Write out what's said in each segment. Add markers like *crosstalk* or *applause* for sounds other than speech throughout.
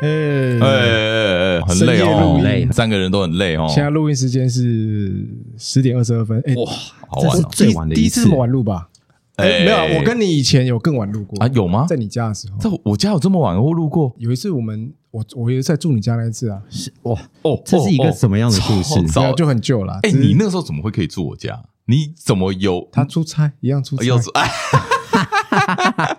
哎累嗯深夜哦录音，累三个人都很累哦。哎现在录音时间是十点二十二分，哎，哇，好晚这哦是！最第晚的一次第一次这么晚录吧？哎，没有啊，我跟你以前有更晚录过啊有吗？在你家的时候，在我家有这么晚我路过有一次我们我我也是在住你家那一次啊，是哇，哦，这是一个哦什么样的故哦事超对啊早就很旧啦。哎，只是你那个时候怎么会可以住我家？你怎么有他出差一样出差，要住？哎，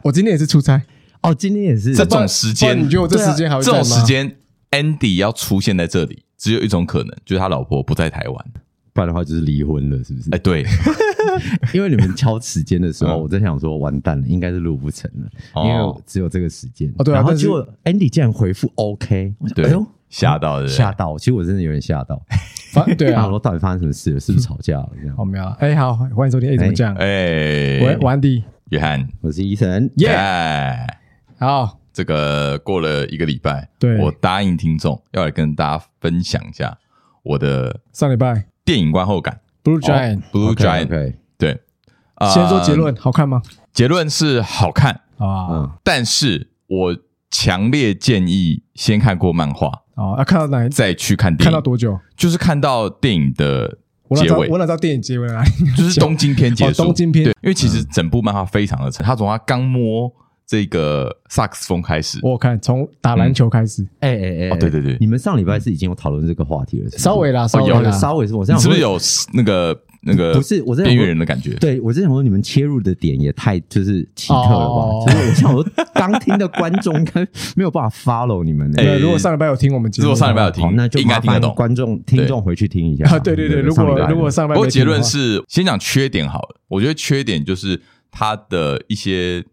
我今天也是出差，哦，今天也是这种时间啊不然你觉得我这时间还会这在种吗时间，Andy 要出现在这里，只有一种可能，就是他老婆不在台湾。不然的话就是离婚了，是不是哎，？ *laughs* 对，因为你们敲时间的时候，嗯我在想说，完蛋了，应该是录不成了，哦因为只有这个时间。哦对啊然后但是结果 Andy 竟然回复 OK，我想对哎呦，吓到的，吓到！其实我真的有点吓到，反对想啊，说到底发生什么事了？是不是吵架了？这样好，没有啊。哎，好，欢迎收听。哎，怎么讲？哎，我我安迪，约翰，我是医生，耶哎好，这个过了一个礼拜，对我答应听众要来跟大家分享一下我的上礼拜电影观后感。 Blue 哦 Giant， Blue Giant， OK，对，呃先说结，论，好看吗？结论是好看，啊嗯，但是我强烈建议先看过漫画，啊，要看到哪一？再去看电影。看到多久？就是看到电影的我哪结知道？尾我，哪知道电影结尾在哪里？就是东京篇结束。哦东京篇对，因为其实嗯整部漫画非常的长，他从他刚摸这个萨克斯风开始，我有看从打篮球开始，哎哎哎哦哎，对对对你们上礼拜是已经有讨论这个话题了，是不是稍微啦，稍微哦有啦，稍微是，我你这样是不是有那个那个不是我在边缘人的感觉？对我在想说，你们切入的点也太就是奇特了哦吧？就是我想说，刚听的观众应该没有办法 follow 你们的。对，如果上礼拜有听我们节目如的果话，上礼拜有听好，那就应该麻听得烦懂。观众听众回去听一下啊，对对对，如上礼拜果的如果上礼拜不过没结听的话论是，先讲缺点好了。我觉得缺点就是它的一些嘖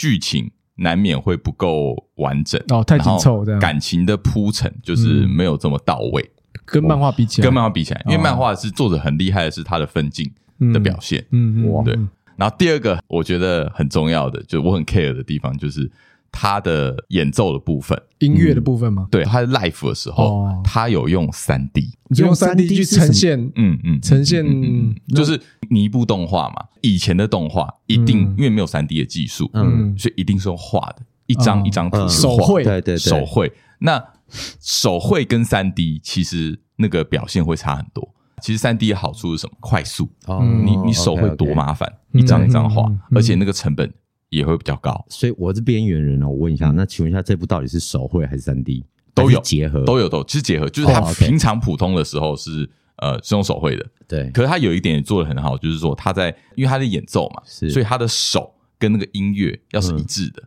剧情难免会不够完整哦太紧凑然后这样感情的铺陈就是没有这么到位，跟漫画比起来，跟漫画比起来，因为哦漫画是作者很厉害的是他的分镜的表现。嗯，嗯哇对然后第二个我觉得很重要的，就我很 care 的地方就是他的演奏的部分，音乐的部分嘛，对他 live 的时候，哦他有嗯用三 D，你就用三 D 去呈现，嗯嗯，呈现嗯，就是你一部动画嘛，以前的动画一定、嗯因为没有三 D 的技术，嗯嗯所以一定是用画的，一张哦一张图嗯去手画绘对对对，手绘。那手绘跟三 D 其实那个表现会差很多。其实三 D 的好处是什么？快速，哦你你手绘 OK，OK 嗯多麻烦，嗯一张一张画嗯，嗯而且那个成本也会比较高，所以我是边缘人哦，我问一下，那请问一下，这部到底是手绘还是三 D？都有结合，都有有都有其实结合，就是它哦，OK 平常普通的时候是呃是用手绘的，对可是他有一点也做的很好，就是说他在因为他在演奏嘛，是所以他的手跟那个音乐要是一致嗯的。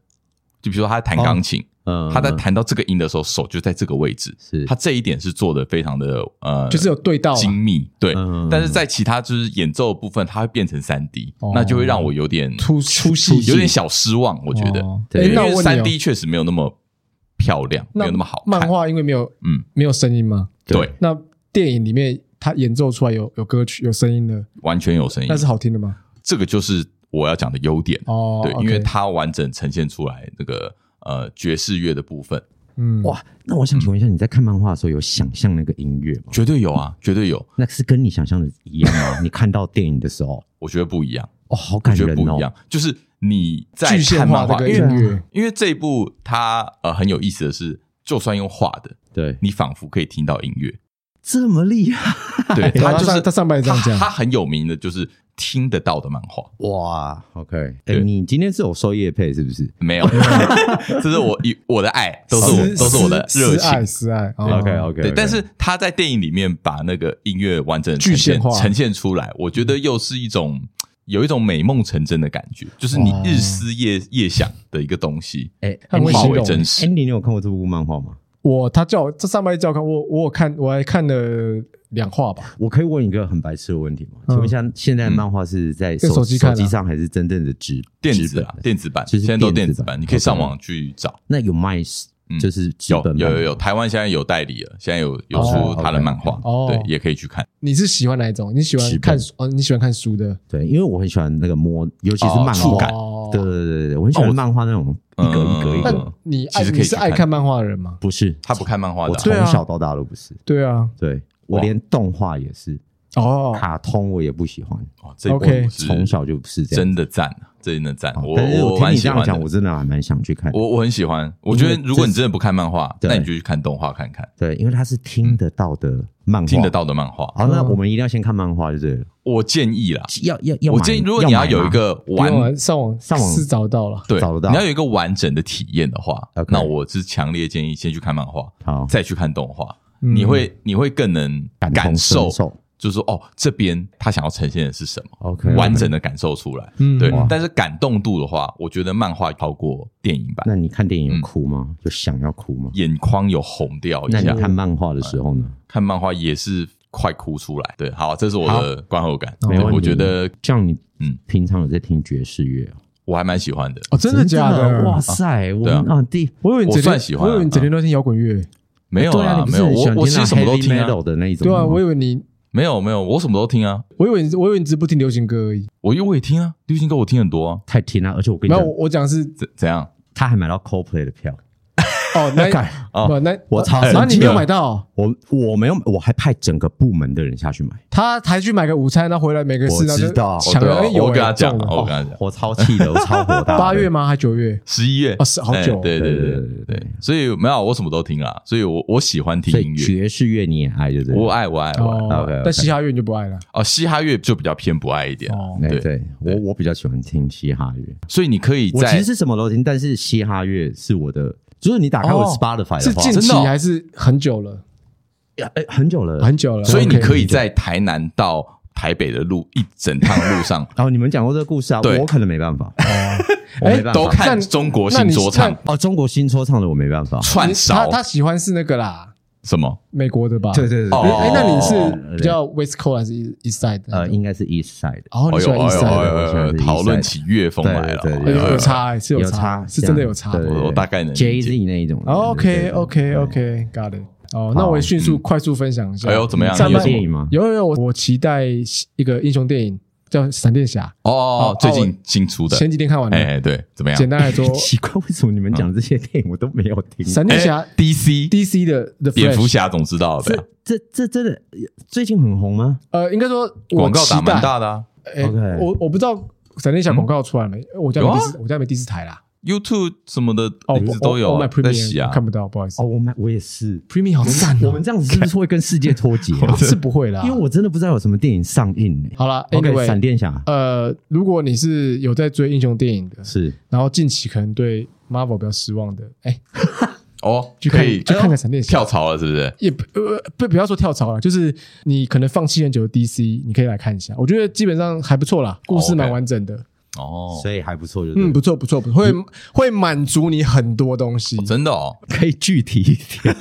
就比如说他弹钢琴，哦嗯他在弹到这个音的时候，手就在这个位置。是他这一点是做的非常的呃，就是有对到啊精密对。嗯但是在其他就是演奏的部分，它会变成三 D，、哦那就会让我有点出出戏有点小失望。我觉得，哦对诶因那我问你为哦三 D 确实没有那么漂亮，没有那么好看。漫画因为没有嗯，没有声音嘛，对，那电影里面他演奏出来有有歌曲有声音的，完全有声音那。是好听的吗？这个就是我要讲的优点。哦，嗯对， OK 因为它完整呈现出来这个呃爵士乐的部分，嗯哇，那我想请问一下，你在看漫画的时候有想象那个音乐吗？绝对有啊，绝对有，那是跟你想象的一样吗？你看到电影的时候，我觉得不一样，哦，好我感觉得人不哦一，样，就是你在具看象漫化画，这个因音为乐，因为这一部它呃很有意思的是，就算用画的，对，你仿佛可以听到音 *laughs* 乐，这么厉害对，对它啊他就是上他上半也这样它讲它很有名的就是听得到的漫 *laughs* 画，哇！OK，哎、对你今天是有收叶配是不是没有，这是我一我的爱，都是私我都是我的私热私爱情。私爱哦？OK OK，对，但是他在电影里面把那个音乐完整地呈具现现化嗯呈现出来，我觉得又是一种有一种美梦成真的感觉，就是你哇日思夜夜想的一个东西，哎，他很会化形为容真实。 Andy，你有看过这部漫画吗？我他叫我这上半夜叫我看我我有看我还看了两话吧，我可以问一个很白痴的问题吗？请问一下，现在的漫画是在用手、手机看啊手机上还是真正的纸电纸子本啊的，电子版就现是在都电电子子版版，你可以 OK 上网去找。那有卖，嗯就是纸有本有版吗有有，台湾现在有代理了，现在有有出哦他的漫画，哦对，也可以去看。你是喜欢哪一种？你喜纸欢本看书哦？你喜欢看书嗯的？对，因为我很喜欢那个摸，尤其是哦漫画，触感哦对对对对，我很喜欢漫画那种一格一格一嗯格，那你其爱实可以你是去爱看看漫画的人吗？不是，他不看漫画我的啊，从对啊小到大都不是，对啊，对我哇连动画也是，哦，卡通我也不喜欢，哦，这一部 OK 是从小就不是这样。真的赞啊，真的赞，哦我但是我听蛮你喜这欢样讲，的我。真的还蛮想去看。我我很喜欢，我觉得因为如果你这是真的不看漫画，对那你就去看动画看看，对，因为它是听得到的漫画，听得。到的漫画。好，嗯那啊我们一定要先看漫画，就是我建议啦，要要要买。我建议如果你要买有吗一个不用完了上网上网是找到了，对，找得到你要有一个完整的体验的话 OK，那我是强烈建议先去看漫画，好，再去看动画，嗯你会你会更能感同受身，受就是说哦，这边他想要呈现的是什么， OK 完。整的感受出来。嗯对哇，但是感动度的话，我觉得漫画超过电影版，那你看电影嗯有哭吗？有想要哭吗？眼眶有红掉一那你下，嗯看漫画的时候呢？看漫画也是快哭出来。对，好，这是我的观后感。好对没问题我觉得像你嗯平常有在听爵士乐哦？我还蛮喜欢的。哦，真的假的？哇！塞，我们对啊第我以为你整我算天喜欢啊嗯我以为你整天都听摇滚乐，没有对啊，你不没是有，很喜我欢我听其那实什么都 heavy 听啊， metal 的那一种对吗？啊，我以为你，没有没有，我什么都听啊，我以为你，我以为你只是不听流行歌而已。我因为我也听啊，流行歌我听很多啊，太听了，而且我跟你然后讲我，我讲的是怎怎样？他还买到 Coldplay 的票，哦， *laughs* 那哦不那我超然后生你气没有的买到，我我没有，我还派整个部门的人下去买，他还去买个午餐，然后回来每个我市场就知道哦抢对了，啊哎有我跟他哎讲，中了哦我跟他讲，我超气的，我超火大的。八月吗？还九月？十一月哦是好久哎对对对对对，所以没有我什么都听啦，所以我我喜欢听所音以乐，爵士乐你也爱，对不对？我爱我爱我爱。哦 OK，OK，但嘻哈乐你就不爱了。哦，嘻哈乐就比较偏不爱一点啊，哦，对对对，我我比较喜欢听嘻哈乐，所以你可以我其在实是什么都听，但是嘻哈乐是我的，就是你打开我哦 Spotify 是的话，近真期的哦还是很久了？哎很久了，很久了。所以你 OK 可以在台南到台北的路一整趟路上然后你们讲过这个故事啊，对我可能没办法，我哎没办都法。看那中国那新你说唱那哦，中国新说唱的我没办法。串他烧他喜欢是那个啦，什么？美国的吧？对对对，哦哎。哎，那你哦是比较 West Coast 还是 East Side？的呃，应该是 East Side 的，哦，你喜欢 East Side 哎的呦呦讨论起乐风来了，对对哎对有哎有呦差哎，是有差，差是真的有差。对对我我大概能理解。Jay Z 那一种的。对对 OK 对 OK OK got it。哦，那我也迅速快速分享一下。哎呦，怎么样？上你有半什么电影吗？，有有有，我期待一个英雄电影叫《闪电侠哦哦，最近新出》，的，前几天看完了。哎，对，怎么样简单来说奇怪，为什么你们讲这些电影我都没有听？闪电侠？DC DC 的 The 哎蝙蝠 Flash，侠总知道啊的这呗，这这真的最近很红吗？呃，应该说我广告打期待蛮大的啊哎 OK 我我不知道闪电侠广告出来没？我家没第四，我家没第四台啦。 ，YouTube 什么的哦，啊名字我都有我买啊在洗 Premium 啊。看不到，不好意思哦，。我买我也是。 Premium 好赞我哦们，这样子是不是会跟世界脱节 *laughs* 啊？是不会啦因。为我真的不知道有什么电影上映呢。好啦 OK，闪，Anyway，电侠呃，如果你是有在追英雄电影的，是然后近期可能对 Marvel 比较失望的，哎，哦，去可看以去看看闪电侠。跳槽了，是不是？也不呃不不要说跳槽了，就是你可能放弃很久的 DC，你可以来看一下，我觉得基本上还不错啦，故事蛮 OK 完整的，哦，所以还不错，就嗯，是不错不错不错，会会满足你很多东西。真的哦，可以具体一点，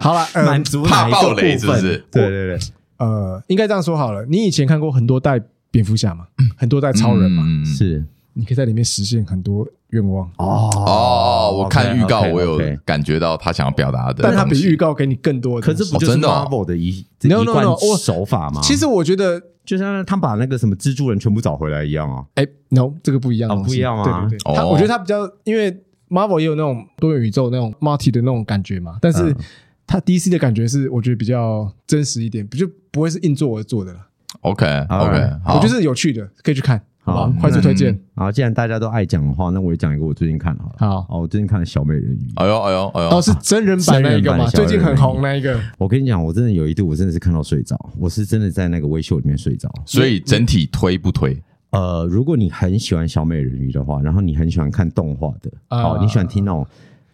好了，呃 *laughs* 满足怕哪一个爆雷部是不分哦是？对对对，呃，应该这样说好了，你以前看过很多代蝙蝠侠嘛，很多代超人嘛，嗯，嗯嗯是你可以在里面实现很多愿望，哦哦，我看预告， OK，OK，我有 OK 感觉到他想要表达的东但西，它比预告给你更多的可东西。是不啊就哦是真的哦 Marvel 的一 No, 一 no, 贯 no，我手法吗？其实我觉得，就像他把那个什么蜘蛛人全部找回来一样啊。哎，no，这个不一样的哦东西不一样吗对对对，它哦我觉得它比较，因为 Marvel 也有那种多元宇宙那种 multi 的那种感觉嘛，但是嗯它 DC 的感觉是我觉得比较真实一点，就不会是硬做而做的了。 OK OK， Alright 好，我觉得是有趣的，可以去看，好不好好？快速推荐。好，既然大家都爱讲的话，那我也讲一个我最近看好了。好哦，我最近看了《小美人鱼》。哎呦哎呦哎哦，呦，是真人版那一个嘛，真最人版的近很红那一个。我跟你讲，我真的有一度，我真的是看到睡着，我是真的在那个微秀里面睡着。所以整体推不推？呃，如果你很喜欢小美人鱼的话，然后你很喜欢看动画的，啊哦，你喜欢听那种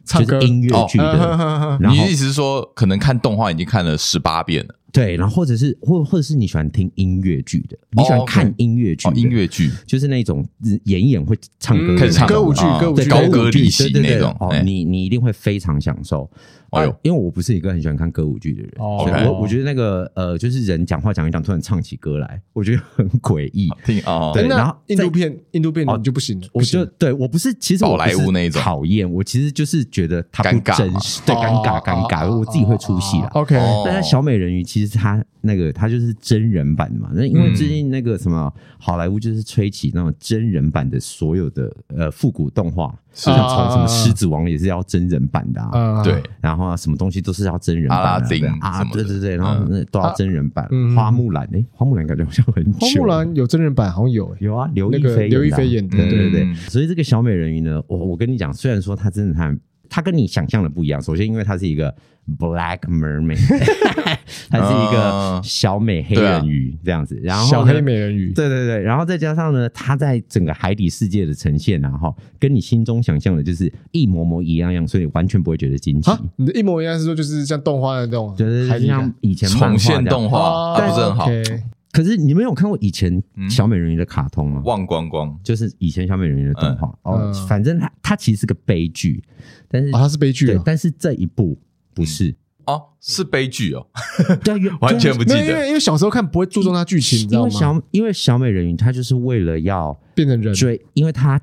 唱就歌是音乐剧嗯哼的，哼哼哦然你后的意思是说，可能看动画已经看了十八遍了，对，然后或者是或或者是你喜欢听音乐剧的，你喜欢 OK 看音乐剧哦的，，音乐剧就是那种演一演会唱歌嗯的开那始种唱歌舞剧啊歌舞剧对那种高歌离席对对那对种，哦哎，你你一定会非常享受。哎哎呦因为我不是一个很喜欢看歌舞剧的人，哦所以 OK 我我觉得那个呃，就是人讲话讲一讲，突然唱起歌来，我觉得很诡异好。听哦，对哎那然后印度片，印度片哦你就不行了，我不行就对我不是，其实我宝莱坞不是那一种讨厌，我其实就是觉得它不尴尬嘛真实，对，尴尬哦尴尬，我自己会出戏啦。 OK，哦但是小美人鱼其实它那个它就是真人版嘛。那因为最近那个什么好莱坞就是吹起那种真人版的所有的呃复古动画，是像从什么啊狮子王也是要真人版的啊。啊，对，然后啊，什么东西都是要真人版的阿拉丁对什啊，么的对对对，然后那都要真人版嗯。花木兰，哎，花木兰感觉好像很花久木兰有真人版，好像有欸有啊，刘那亦个菲刘亦的啊菲演的对对对。嗯所以这个小美人鱼呢，我我跟你讲，虽然说它真的它它跟你想象的不一样，首先因为它是一个 black mermaid，它是一个小美黑人鱼这样子，然后呢哦啊小黑。美人鱼，对对对，然后再加上呢，它在整个海底世界的呈现啊，哈，跟你心中想象的就是一模模一样样，所以完全不会觉得惊奇啊。，你的一模一样是说就是像动画的那种就是海底像感以前漫画重现这样动画，哦啊，不是很好， OK 可是你们有看过以前嗯小美人鱼的卡通吗？忘光光。就是以前小美人鱼的动画、嗯哦，反正它它其实是个悲剧，但是、啊，它是悲剧对啊，，但是这一部不是，哦，是悲剧哦，*laughs* 对原完全不记没有因得。为因为小时候看不会注重它剧情，嗯你知因道为吗？小因为小美人鱼她就是为了要变成人，追，因为她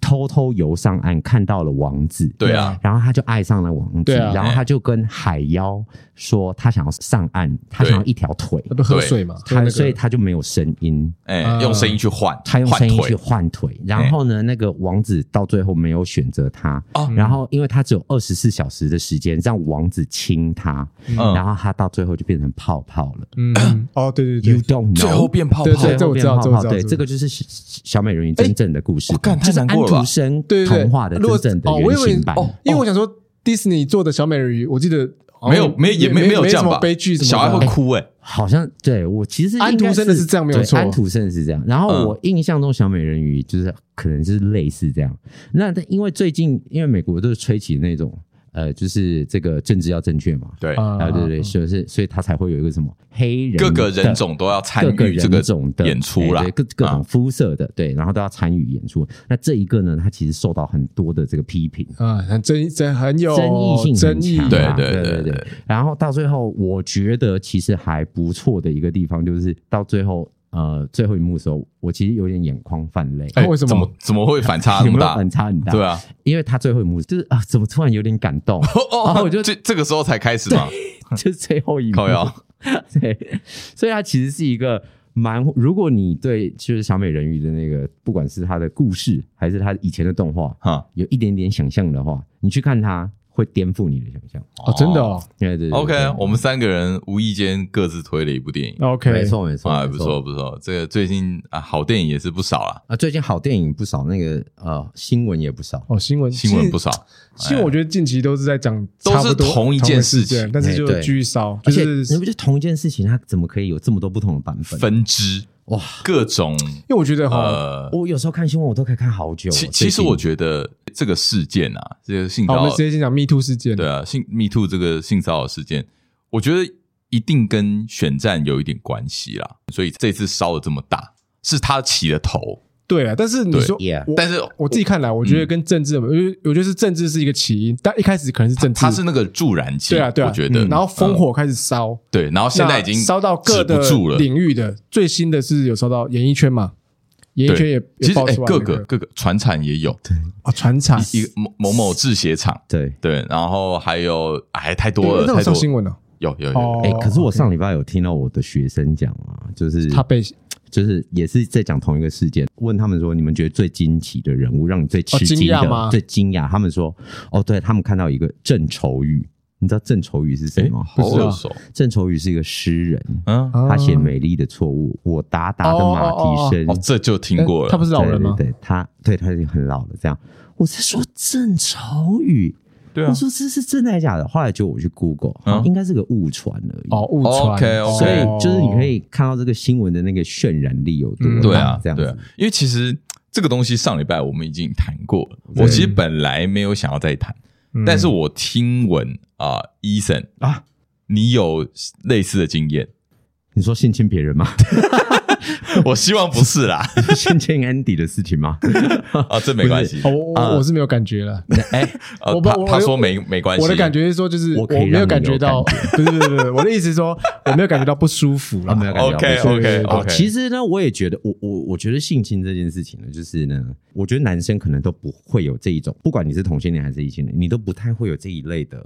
偷偷游上岸看到了王子，对啊，然后她就爱上了王子，对啊然后她就跟海妖说她想要上岸，她想要一条腿，那不喝水嘛？喝她那个所以她就没有声音。哎啊，用声音去换，她用声换音腿去换腿，然后呢，那个王子到最后没有选择她，哦然后因为她只有二十四小时的时间让王子亲她，嗯然后她到最后就变成泡泡了。 *clears throat* 嗯，哦，对对 You 对， don't know，最后变泡对泡对，这我知道泡泡这我知道对，这我知道这个就是小小美人鱼真正的故事哎我，干就是太安难过了吧徒生对对对童话的如果真正的哦我以原为型版。哦因为我想说迪士尼做的小美人鱼，我记得好像没有没有也没没没有这样什么吧？悲剧什么的，小孩会哭哎，好像对我其实应该安徒生的是这样没有对错安徒生是这样。然嗯后我印象中小美人鱼就是可能就是类似这样。那但因为最近因为美国都是吹起那种呃，就是这个政治要正确嘛，对，啊啊对对，所以是所以他才会有一个什么黑人嗯各个的人种都要参各个与这个人种的演出啦哎对，各各种啊肤色的，对，然后都要参与演出。那这一个呢，它其实受到很多的这个批评，啊，很争争很有争议性争很议强啊，，对对对对对对哎然后到最后，我觉得其实还不错的一个地方，就是到最后呃最后一幕的时候，我其实有点眼眶泛泪。哎为什么怎么怎么会反差 *laughs* 有那没么有哎大？反差很大？对，啊，因为他最后一幕就是啊，怎么突然有点 *laughs* 感动？哦然哦，啊后我就这这个时候才开始嘛，就是最后一幕靠 *laughs* 腰，对，所以它其实是一个蛮，如果你对就是小美人鱼的那个，不管是它的故事还是它以前的动画，哈有一点点想象的话，你去看它会颠覆你的想象。哦，真的哦对对对，OK，对我们三个人无意间各自推了一部电影， ，OK，没错没错，啊，没不错不错，这个最近啊好电影也是不少啦，啊！最近好电影不少，那个呃新闻也不少。哦，新闻新闻不，少，哎其实新闻我觉得近期都是在讲都是差不多同一件事事情件，但是就哎对继续烧，就而且是你不就同一件事情，它怎么可以有这么多不同的版本？分支哇！各种因为我觉得哦哈，呃，我有时候看新闻，我都可以看好久。其最其实近我觉得这个事件啊，这个性好，我骚们扰直，接先讲 Me Too 事件，对啊，性 Me Too 这个性骚扰事件，我觉得一定跟选战有一点关系啦，所以这次烧的这么大，是他起的头，对啊，但是你对说 Yeah 我但是嗯我自己看来，我觉得跟政治有没有，我觉得我觉得是政治是一个起因，但一开始可能是政治，他是那个助燃剂，对啊对啊，我觉得，嗯然后烽嗯火开始烧，对，然后现在已经那烧到各止的不住了。领域的，最新的是有烧到演艺圈嘛，演艺圈也其也实爆哎，出来各那个各个船产也有啊船厂，一个某某某制鞋厂，对，对，然后还有哎，太多哎了，那太种上多新闻了，有有哦有，哎、可是我上礼拜有听到我的学生讲啊，就是他被就是也是在讲同一个事件，问他们说，你们觉得最惊奇的人物，让你最吃哦惊惊的、讶吗最惊讶？他们说，哦，对他们看到一个郑愁予，你知道郑愁予是谁哎，吗？好不知道耳熟，郑愁予是一个诗人，嗯，啊他写《美丽的错误》，我达达的马蹄声。哦，这就听过了，他不是老人吗？对对对，他对他已经很老了。这样，我在说郑愁予，对啊我，说这是真的还是假的？后来就我去 Google，、嗯应该是个误传而已。哦误传 OK，OK 所以哦就是你可以看到这个新闻的那个渲染力有多嗯大，对啊，这样子对啊，因为其实这个东西上礼拜我们已经谈过了，我对其实本来没有想要再谈，嗯但是我听闻啊，医生啊，你有类似的经验， *laughs* 你说性侵别人吗？我希望不是 *laughs* 啦，性侵 Andy 的事情吗？啊，这没关系哦，我我我是没有感觉了，啊我，不他我他说没没关系，我的感觉是说就是我可以没让有你感有觉到，不是不是不是，我的意思是说我没有感觉到不舒服啊了没，有感觉到 OK 不舒服 OK 哦 OK，其实呢，我也觉得，我我我觉得性侵这件事情呢，就是呢，我觉得男生可能都不会有这一种，不管你是同性恋还是异性恋，你都不太会有这一类的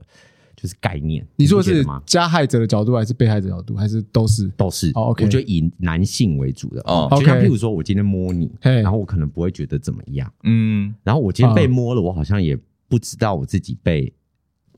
就是概念。你说的不觉是得吗？加害者的角度，还是被害者的角度，还是都是？都是，哦，OK 我觉得以男性为主的，哦就像 OK 譬如说，我今天摸你，嘿然后我可能不会觉得怎么样，嗯，然后我今天被摸了，我好像也不知道我自己被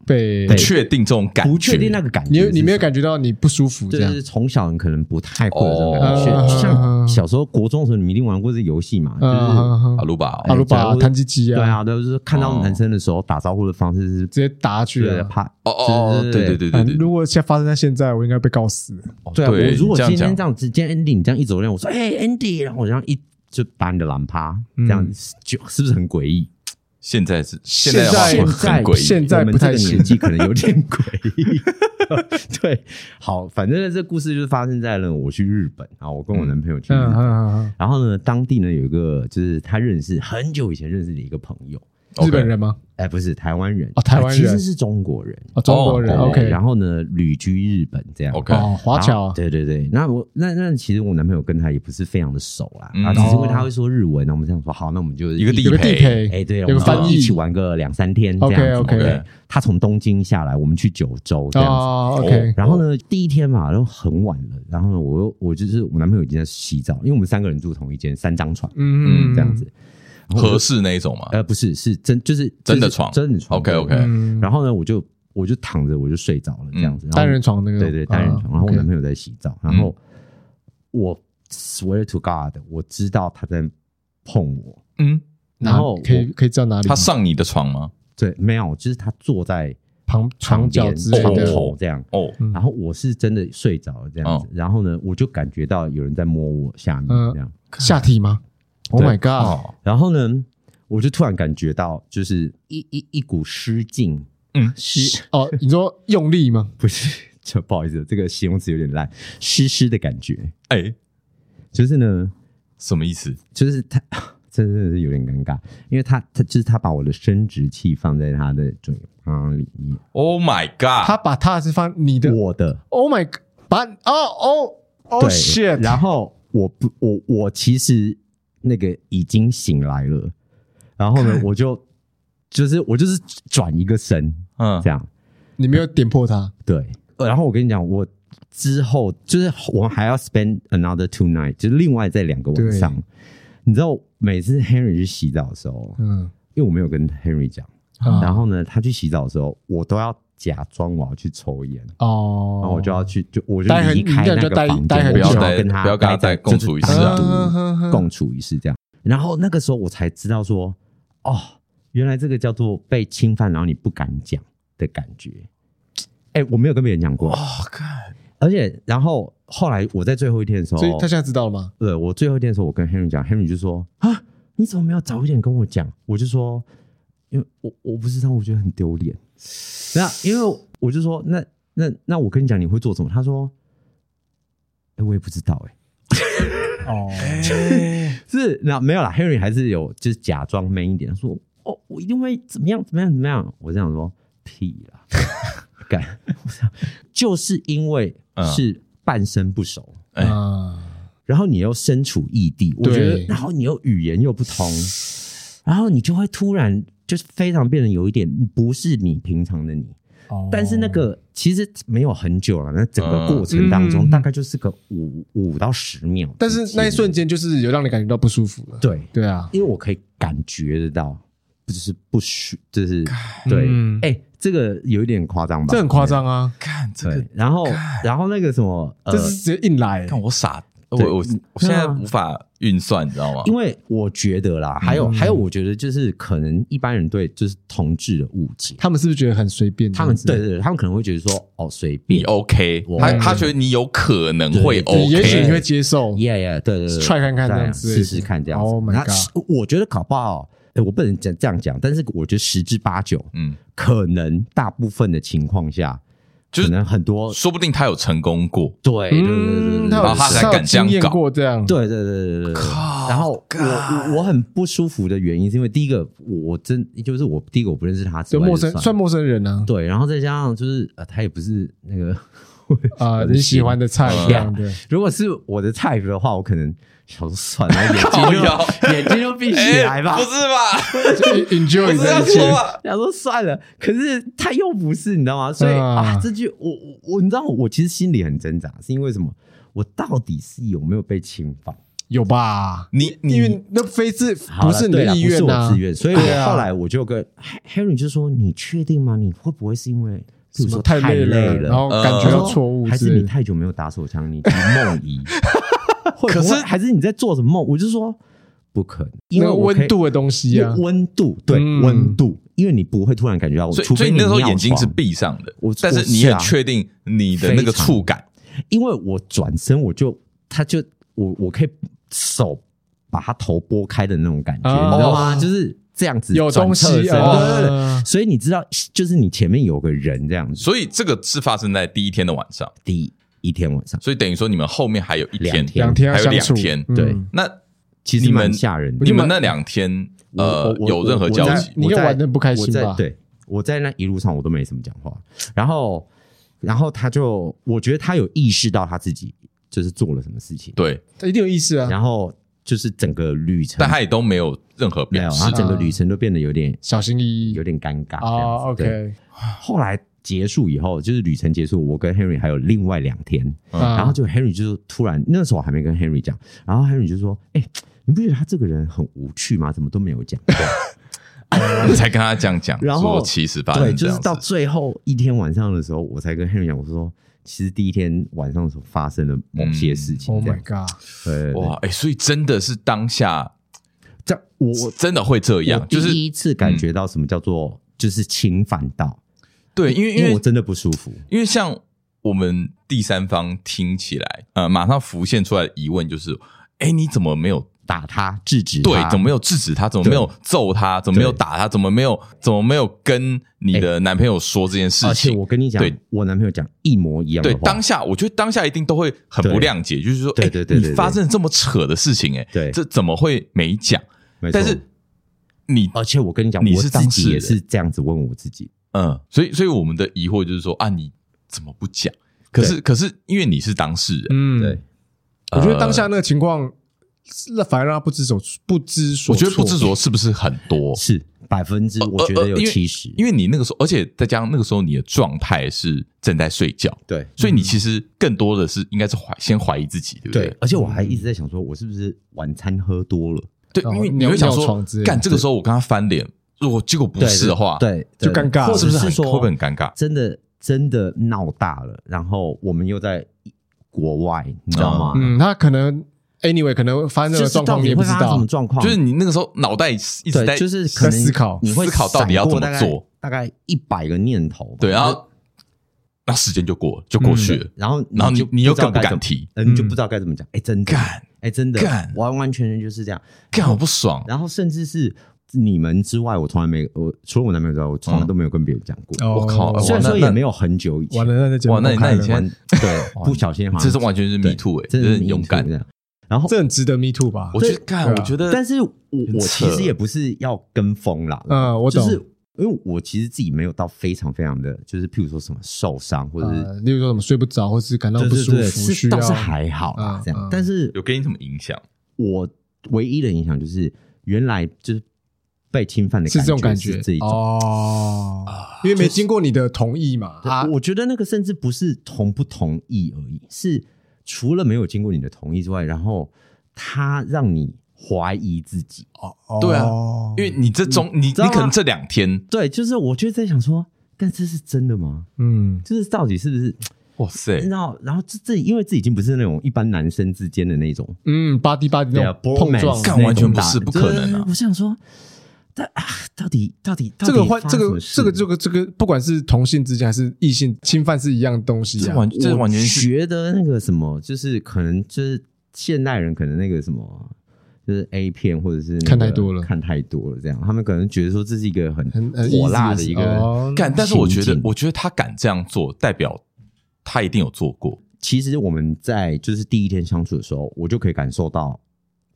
被不确定这种感觉，不确定那个感觉你是什么，你没有感觉到你不舒服就这样？是从小你可能不太会有这种感觉，哦就像小时候国中的时候，你们一定玩过这游戏嘛，就是。嗯，阿鲁巴阿哦，鲁假巴如弹鸡鸡对啊，啊，对，就是看到男生的时候打招呼的方式是直接打下去对啊。怕哦哦，哦对对对对反对正对如果现在发生在现在，我应该被告死。对啊，我如果这样今讲天这样子，今天 Andy 你这样一走进来，我说哎、Andy，然后我这样一就把你的懒趴嗯这样子，就是不是很诡异？现在是现现在的话在会很诡异，现在我们不太这个行年纪可能有点诡异。 *laughs* 对，好，反正这故事就是发生在了我去日本啊，我跟我男朋友去日嗯本，嗯然后呢，当地呢有一个就是他认识很久以前认识的一个朋友，嗯，日本 OK 人吗？哎，不是台湾人哎哦台湾人其实是中国人。哦，中国人。哦对 OK，然后呢，旅居日本这样。 OK 哦，华侨然后啊，对对对，那我那那其实我男朋友跟他也不是非常的熟啦，嗯啊，只是因为他会说日文，那我们这样说好，那我们就一个地有个地陪，哎，对，有我个们翻就译一起玩个两三天这 OK，样子。 OK 对他从东京下来，我们去九州这样子。哦子，OK，然后呢，第一天嘛，然后很晚了，然后呢，我又我就是我男朋友已经在洗澡，因为我们三个人住同一间，三张床嗯这样子。然后我合就适那一种嘛，呃，不是，是真就是真的就是床真的床。 OK，OK 对嗯然后呢，我就我就躺着，我就睡着了这样子。然后单人床那哦个，对对单人床，然后我男朋友在洗澡，然嗯后我 swear to God，我知道他在碰我，嗯，友然后可以可以知道哪里他上你的床吗？对，没有，就是他坐在旁床床角边之类边的碰头，我这样。哦，嗯然后我是真的睡着了这样子，然后呢，我就感觉到有人在摸我下面嗯这样，下体吗？Oh my god！哦，然后呢，我就突然感觉到就是一一一股湿劲，嗯湿哦，你说用力吗？不是，这不好意思，这个形容词有点烂，湿湿的感觉，哎，就是呢，什么意思？就是他。 *laughs* 这真的是有点尴尬，因为他他就是他把我的生殖器放在他的嘴巴里面， Oh my 他 god！把他是放你的啊我的，Oh my，god，把哦哦哦对 shit，然后我不，我我其实那个已经醒来了，然后 *laughs* 呢，我就就是我就是转一个身嗯这，样，你没有点破他，对。呃然后我跟你讲，我之后就是我们还要 spend another two night，就是另外在两个晚上。你知道，每次 Henry 去洗澡的时候，嗯，因为我没有跟 Henry 讲，啊然后呢，他去洗澡的时候，我都要假装我要去抽烟。哦，然后我就要去，就我就待很离开那你就个待房待间，很我久想要跟他不要跟他再待在共处一室就是单独啊哼哼共处一室这样。然后那个时候我才知道说，哦，原来这个叫做被侵犯，然后你不敢讲的感觉。哎、我没有跟别人讲过，Oh 哦，看，而且然后后来我在最后一天的时候所以，他现在知道了吗？对我最后一天的时候，我跟 Henry 讲，Henry 就说啊，你怎么没有早一点跟我讲？我就说，因为我我不知道，我觉得很丢脸。那因为我就说，那那那我跟你讲，你会做什么？他说，哎、我也不知道、哎。哦，是，那没有啦，Henry 还是有就是假装 man 一点，他说哦，我一定会怎么样怎么样怎么样。我这样说屁啦， *laughs* 干， *laughs* 我想就是因为嗯是半生不熟，哎哦啊，然后你又身处异地，我觉得对，然后你又语言又不 *sighs* 通，然后你就会突然就是非常变得有一点不是你平常的你。哦但是那个其实没有很久了，那整个过程当中嗯大概就是个五五到十秒之间，但是那一瞬间就是有让你感觉到不舒服了，对。对啊，因为我可以感觉得到，就是不许，就是对，哎、嗯这个有一点夸张吧？这很夸张啊，看这对。个对，，然后然后那个什么，呃这，是直接硬来，看我傻，我对我我现在无法运算，你知道吗？因为我觉得啦，还有、嗯还有，我觉得就是可能一般人对就是同志的误解，他们是不是觉得很随便？他们对对对，他们可能会觉得说哦随你便， OK，我他他觉得你有可能会对对也许 OK，你会接受，耶耶，对对对， try 看看对啊这样之类的试试看这样子。 Oh my 那 god 是我觉得搞不好，哎我不能讲这样讲，但是我觉得十之八九，嗯，可能大部分的情况下，就是可能很多说不定他有成功过，对对对对对嗯，他然有后他才有敢这样经验搞过这样，对对对对对对。然后我我我很不舒服的原因是因为第一个我我真就是我第一个我不认识他之就外，陌生就算算陌生人啊，对，然后再加上就是呃他也不是那个啊，我你喜喜欢的菜嗯这样的，如果是我的菜的话，我可能想说 *laughs* 算了，眼睛靠腰就 *laughs* 眼睛就闭起哎来哎吧。不是吧？就 enjoy 不你是要的一切说 *laughs* 吧？想说算了，可是他又不是，你知道吗？所以啊啊，这句我我我，你知道我其实心里很挣扎，是因为什么？我到底是有没有被侵犯？有吧？你因你为那非是嗯好不啦是你对的啦意不愿是我呐自？愿，所以我对啊后来我就跟 Harry 就说：“你确定吗？你会不会是因为，比什如么说太累了，然后感觉他呃到说错误还之是类你的，太久没有打手枪，你提梦 *laughs* 遗？会不会可是还是你在做什么梦？我就说不可能，因那为个我可以温度的东西啊因为，温度，对嗯温度，因为你不会突然感觉到我，所以除所非以你那时候尿眼睛是床，闭上的我，但我是你是很啊确定你的那个非常触感，因为我转身我就他就我我可以手把他头拨开的那种感觉，啊你知道吗？哦就是这样子有转东西侧身哦啊对对对所以你知道，就是你前面有个人这样子。所以这个是发生在第一天的晚上，第一天晚上，所以等于说你们后面还有一天两，天两天要还有相两处，天嗯对那其实你们蛮吓人的你们那两天我呃我我有任何我交在集？你应该我在玩得不开心我在吧对，我在那一路上我都没什么讲话，然后，然后他就，我觉得他有意识到他自己就是做了什么事情，对，一定有意思啊。然后就是整个旅程，但他也都没有任何没表有，然示后。整个旅程都变得有点小心翼翼，有点尴尬啊哦这样子对，OK，后来结束以后，就是旅程结束，我跟 Henry 还有另外两天，嗯啊然后就 Henry 就突然那时候我还没跟 Henry 讲，然后 Henry 就说：“哎、你不觉得他这个人很无趣吗？怎么都没有讲话？”你才跟他这样讲，然后说其实发对，生这就是样到子，最后一天晚上的时候，我才跟 Henry 讲，我说其实第一天晚上所发生的某些事情，Oh 这 my 样。 God，对对对嗯哇，哎，所以真的是当下这样我我真的会这我样，就是嗯第一次感觉到什么叫做就是侵犯到，对，因为因因为我为真的不舒服。因为像我们第三方听起来，呃，马上浮现出来的疑问就是，哎，你怎么没有打他，制止他，对，怎么没有制止他？怎么没有揍他？怎么没有打他？怎么没有？怎么没有跟你的男朋友说这件事哎而且情？我跟你讲对，我男朋友讲一模一样的对，话。当下我觉得当下一定都会很不谅解，就是说，对哎对对对对你发生了这么扯的事情，哎，对这怎么会没讲？没错哦但是你，而且我跟你讲，你我是自当事己也人是这样子问我自己，嗯，所以，所以我们的疑惑就是说，啊，你怎么不讲？可是，可是因为你是当事人，嗯，对，我觉得当下那个情况，那反而让他不知所不知所我觉措，得不知所是不是很多？是百分之我觉呃得呃有因为七十，因为为你那个时候，而且再加上那个时候你的状态是正在睡觉，对所以你其实更多的是应该是怀先怀疑自己，对不嗯对，而且我还一直在想说，我是不是晚餐喝多了？对，哦因为你尿会想尿说床之类，的干这个时候我跟他翻脸，如果结果不对是的话，，对，就对尴尬了或者是不是很说嗯会不会很尴尬？真的真的闹大了，然后我们又在国外，你知道吗？嗯，他可能 anyway 可能发生啊就这个是状况到你底也不会知发生什道么，状况，就是你那个时候脑袋一直在对，就是可在能思考你会思考到底要怎么闪过做大概大概一百个念头吧，对，然后那时间就过了，就过去了，嗯然后然后你就你又知道更不该敢怎么，提，嗯，你就嗯不知道该怎么讲，哎，真的，干哎，真的干，完完全全就是这样，干我不爽，然后甚至是你们之外，我从来没我除了我男朋友之外，我从来都没有跟别人讲过，哦我靠，嗯虽哇然那说也那没有很久以前完，了那那节目哇那你开那了你现在完 *laughs* 对，不小心好像这是完全是对 me too 哎，真真的的是很 me 勇 too 敢这。样。然后这很值得 me too 吧？我觉得干，对啊我觉得，但是我很我其扯实也不是要跟风啦，嗯我懂就是因为我其实自己没有到非常非常的，就是譬如说什么受伤或者是呃，例如说什么睡不着，或是感到对不对舒对，服，需是要倒是还好啦嗯，这嗯样。但是有给你什么影响？哦我唯一的影响就是原来就是被侵犯的是这种感觉，觉是这一种。哦，因为没经过你的同意嘛，对啊，我觉得那个甚至不是同不同意而已，是除了没有经过你的同意之外，然后他让你怀疑自己。哦对啊因为你这中你你知道吗可能这两天，对，就是我就在想说，但这是真的吗？嗯，就是到底是不是？哇塞，然后，然后这这，因为这已经不是那种一般男生之间的那种啊嗯，body body 那种碰撞，干完全不是不可能啊对我想说，但啊，到底到底到这底个换发这生什么个事这个这个这个，不管是同性之间还是异性侵犯是一样东西这啊。完这完全我是觉得那个什么，就是可能就是现代人可能那个什么。就是 A 片或者是那个看太多了看太多了，这样他们可能觉得说这是一个很很很火 easy 辣的一事个。哦干，但是我觉情得境，我觉得他敢这样做，代表他一定有做过。其实我们在就是第一天相处的时候，我就可以感受到，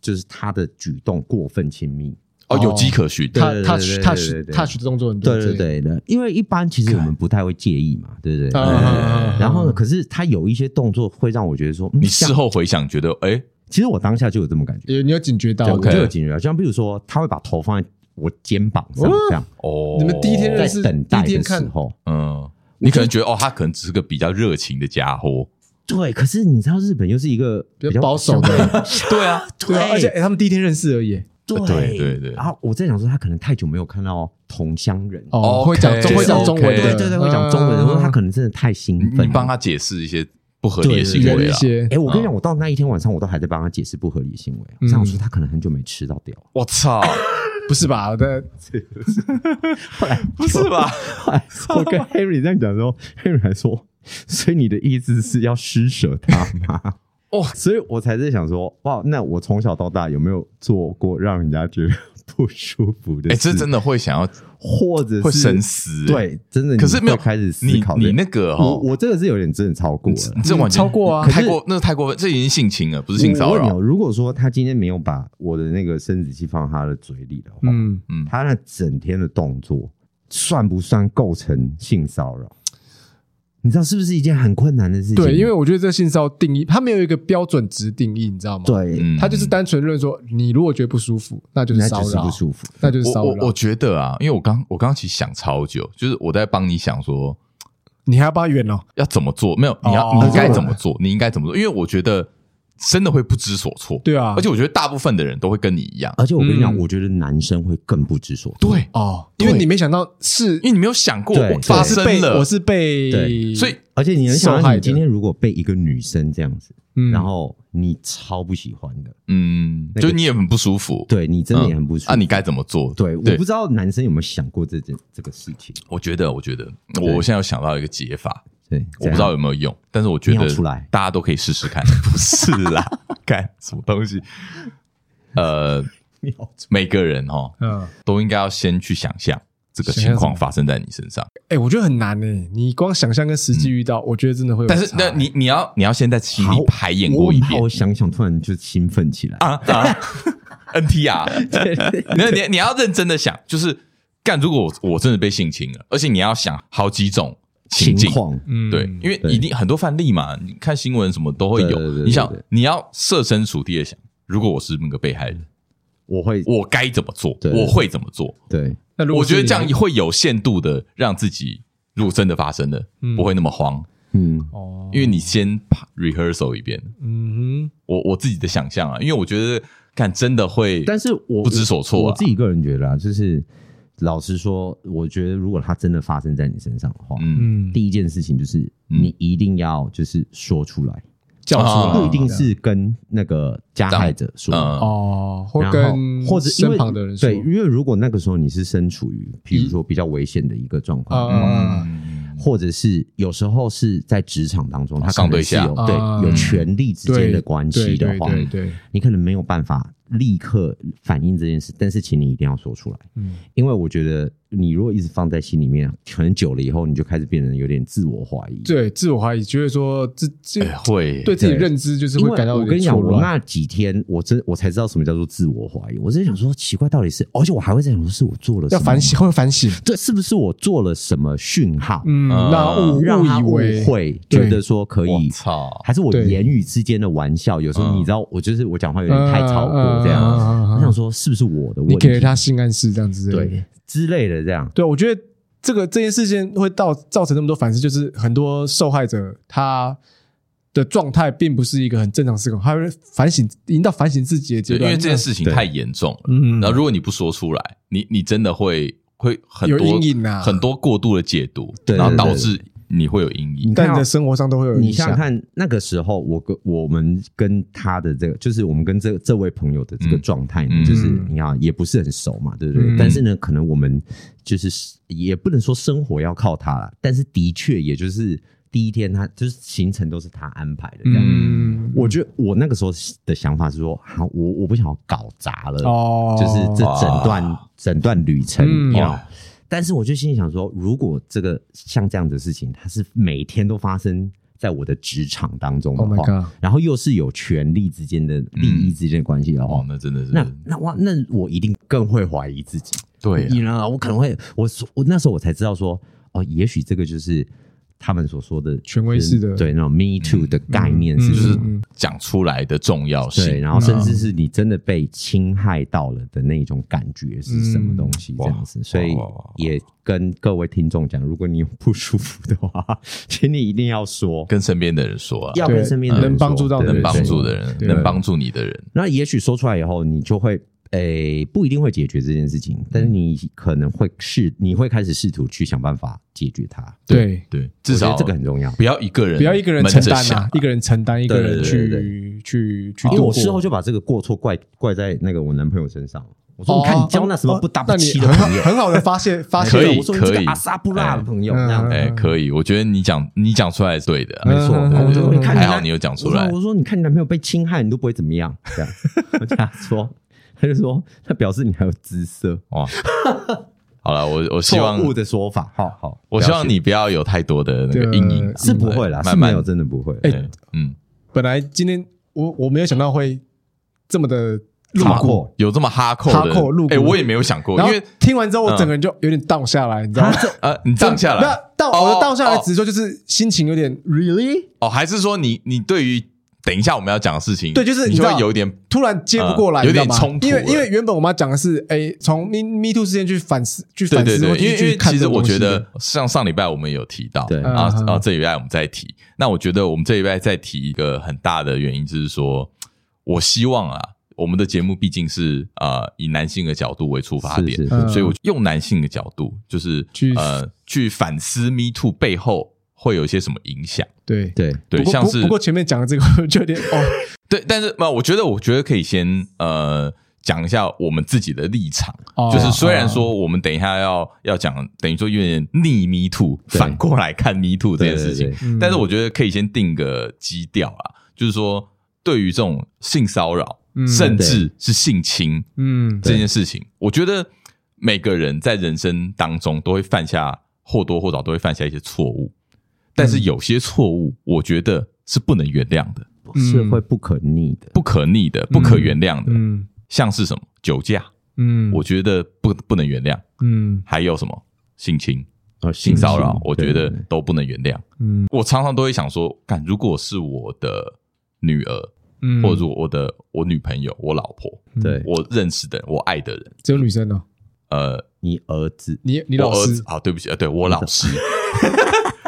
就是他的举动过分亲密，哦，有迹可循。对他对他对对他对对他的动作很多，对对对对，因为一般其实我们不太会介意嘛，对不对？啊啊啊啊然后呢，可是他有一些动作会让我觉得说，嗯你像事哦后回想，觉得哎、其实我当下就有这么感觉，有你有警觉对到我，OK 就有警觉到，就像比如说他会把头放在我肩膀上这样，哦，你们第一天认在识是等待第一天的看时候，嗯，你可能觉得哦，他可能只是个比较热情的家伙，对。可是你知道日本又是一个比较保守的， *laughs* 对啊，对，对啊，而且哎他们第一天认识而已，对对对对然后我在想说，他可能太久没有看到同乡人，哦， OK 会讲中对会讲中文的，嗯 OK 对嗯对对，会讲中文，然后他可能真的太兴你奋，你帮。他解释一些不合理的行远为啊一啦。些哎，我跟你讲，我到那一天晚上，我都还在帮他解释不合理的行为。我想说，他可能很久没吃到掉，我操，不是吧？但后来 *laughs* 不是吧？后来 *laughs* 我跟 Henry 这样讲的时候，Henry 还说：“所以你的意思是要施舍他吗？”哦所以我才在想说，哇，那我从小到大有没有做过让人家觉得不舒服的哎、事？这真的会想要或者是会深思、欸，对，真的你可是没有会开始思你考这你个哦那个哈，我我这个是有点真的超过了。你这完全超过啊太过那个太过分，这已经性侵了，不是性我骚问你扰哦，。如果说他今天没有把我的那个生殖器放他的嘴里的话，嗯，他那整天的动作算不算构成性骚扰？你知道是不是一件很困难的事情？对，因为我觉得这性骚扰定义，它没有一个标准值定义，你知道吗？，对，嗯，它就是单纯论说，你如果觉得不舒服，那就是那骚就是扰不，舒服。那就是我骚我我扰。觉得啊，因为我刚我刚刚其实想超久，就是我在帮你想说你还要帮他远哦，要怎么做，没有你要、哦你应该怎么做，你应该怎么做，因为我觉得真的会不知所措，对啊而且我觉得大部分的人都会跟你一样，而且我跟你讲，嗯我觉得男生会更不知所措。对，哦，因为对你没想到是因为你没有想过对我发我是生被了，我是被，对所以而且你能想受到，害你者今天如果被一个女生这样子，嗯然后你超不喜欢的，嗯，那个就你也很不舒服，对你真的也很不舒服。啊，你该怎么做？对，我对不知道男生有没有想过这件这个事情。我觉得，我觉得对我现在有想到一个解法，对，我不知 *laughs* 道有没有用，但是我觉尿得出来大家都可以试试看。不是啦，干什么东西？呃，怎样每个人哦哈嗯，都应该要先去想象这个想情象况什么发生在你身上，哎，我觉得很难诶，你光想象跟实际遇到，我觉得真的会有差。嗯但是那你你要你要先在心欸好里排演我过一很怕遍我想想，突然就兴奋起来。啊啊 *laughs* ，NTR，没有你你要认真的想，就是干，如果我我真的被性侵了，而且你要想好几种情境情。况嗯，对，因为对一定很多范例嘛，你看新闻什么都会对对对有。对你想对，你要设身处地的想，如果我是那个被害人，我会我该怎么做？嗯对我会怎么做？对那如果我觉得是你这样会有限度的让自己，如果真的发生了，嗯不会那么慌，嗯哦，因为你先 rehearsal 一遍。嗯我我自己的想象啊，因为我觉得看真的会，但是我不知所措啊我自己个人觉得啊，就是老实说，我觉得如果它真的发生在你身上的话，哼，嗯，嗯，第一件事情就是嗯你一定要就是说出来，叫出啊来不一定是跟那个加害者说。嗯哦，或然后跟或者因身为旁的人说对，因为如果那个时候你是身处于，比嗯如说比较危险的一个状况，啊，或者是有时候是在职场当中，他上可能对是下有啊对有权力之间的关系的话，对对对对，你可能没有办法立刻反应这件事，但是请你一定要说出来，嗯因为我觉得你如果一直放在心里面，可能久了以后，你就开始变得有点自我怀疑。对，自我怀疑，觉得说自自哎会对自己嗯对认知就是因会为感到有我跟点你讲，错我乱。那几天我真我才知道什么叫做自我怀疑。我真的想说，奇怪，到底是，而且我还会在想说，是我做了什要么反省，，会反省，对，是不是我做了什么讯号，嗯，呃让误让他误误以为，会，对觉得说可以我，操，还是我对言语之间的玩笑，有时候嗯你知道，我就是我讲话有点太超过嗯嗯嗯这嗯样，嗯我想说是不是我的问你给题了，他性暗示这样子，对，之类的这样。对，我觉得这个这件事情会到造成那么多反思，就是很多受害者他的状态并不是一个很正常思考，他会反省，引导反省自己的阶对，因段，为这件事情对太严重了。嗯，嗯，然后如果你不说出来，你你真的会会很有多阴影啊很多过度的解读，对然后对对嗯导致你会有阴影。但你的生活上都会有你影想响想，看，那个时候我跟我们跟他的这个，就是我们跟这这位朋友的这个嗯状态呢，嗯就是嗯你看也不是很熟嘛，对不对？嗯但是呢，可能我们就是也不能说生活要靠他了，但是的确也就是第一天他就是行程都是他安排的这样。嗯，我觉得我那个时候的想法是说，好，我我不想要搞砸了，哦，就是这整段哇整段旅程，嗯你知道哦但是我就心里想说，如果这个像这样的事情，它是每天都发生在我的职场当中的 Oh 话 my god 然后又是有权力之间的利益之间的关系的话，嗯哦，那真的是那那哇，那我一定更会怀疑自己。对啊你呢？我可能会，我所我那时候我才知道说，哦，也许这个就是他们所说的权威式的对那种 Me Too 的概念嗯是不就是是嗯讲出来的重要对，性。然后甚至是你真的被侵害到了的那种感觉是什么东嗯西这样子，哇所以哇哇哇也跟各位听众讲，如果你有不舒服的话， *laughs* 请你一定要说，跟身边的人说啊，要对跟身边的人能帮说助到对的人能对帮助说的人，对能帮助你的人，那也许说出来以后，你就会诶、不一定会解决这件事情，但嗯是你可能会试，你会开始试图去想办法解决它。对，对，我至觉得少这个很重要。不要一个人，不要一个人承担啊啊，，一个人承担，一个人对对对去去去因为度我过。事后就把这个过错怪怪在那个我男朋友身上。我说，你看哦你交那什么不搭不那你起的很好朋友，很好的发 *laughs* 现发现可以我说你这可个以阿萨布拉的朋友哎这样子。哎，嗯可以，我觉得你讲你讲出来是对的啊，没没错，嗯然后我就嗯说你看还男好你有讲出我说来我说你看你男朋友被侵害，你都不会怎么样，*laughs* 这样我这样说，他就说他表示你还有姿色， *laughs* 哇。好了，我我希望嗯错误的说法，好好，我希望你不要有太多的那个对阴影啊，是不会啦，慢是慢没有，真的不会。哎对嗯，本来今天我我没有想到会这么的这入么骨，过，有这么哈扣哈扣入的，骨哎，我也没有想过，然因后为听完之后，我嗯整个人就有点荡下来，你知道吗？啊呃，你荡下那来荡我哦的荡下来哦只是说就是心情有点 really，哦，还是说你你对于等一下我们要讲的事情，对就是你你就知会道有点突然接不过来，嗯有你知道点吗冲突因为了因为原本我妈讲的是，哎，从 me me too 事件去反思，去 *laughs* 对反对思，对或，者因为因去为看其这实个我东西觉的得上上礼拜我们有提到，对啊嗯啊，这礼拜我们再提。那我觉得我们这礼拜再提一个很大的原因，就是说我希望啊，我们的节目毕竟是呃以男性的角度为出发是点，是嗯是，所以我用男性的角度，就是去呃去反思 Me Too 背后会有一些什么影响。对。对，对，不过像不是不过前面讲的这个我就有点哦，对，但是嘛，我觉得我觉得可以先呃讲一下我们自己的立场，哦就是虽然说我们等一下要要讲，等于说有点逆 Me Too，对反过来看 Me Too 这件事对情对，嗯但是我觉得可以先定个基调啊，就是说对于这种性骚扰，嗯甚至是性侵嗯，这件事情，我觉得每个人在人生当中都会犯下或多或少都会犯下一些错误，但嗯是有些错误，我觉得是不能原谅的。嗯是会不可逆的。不可逆的、不可原谅的，嗯像是什么酒驾，嗯，我觉得不不能原谅；嗯还有什么性侵、呃，性骚扰侵，我觉得对对都不能原谅。嗯我常常都会想说，干，如果是我的女儿，嗯，或者我的我女朋友、我老婆、对我认识的人、我爱的人，只有女生哦，呃，你儿子，你你我老儿师子啊，对不起，呃 *laughs* 对我老师，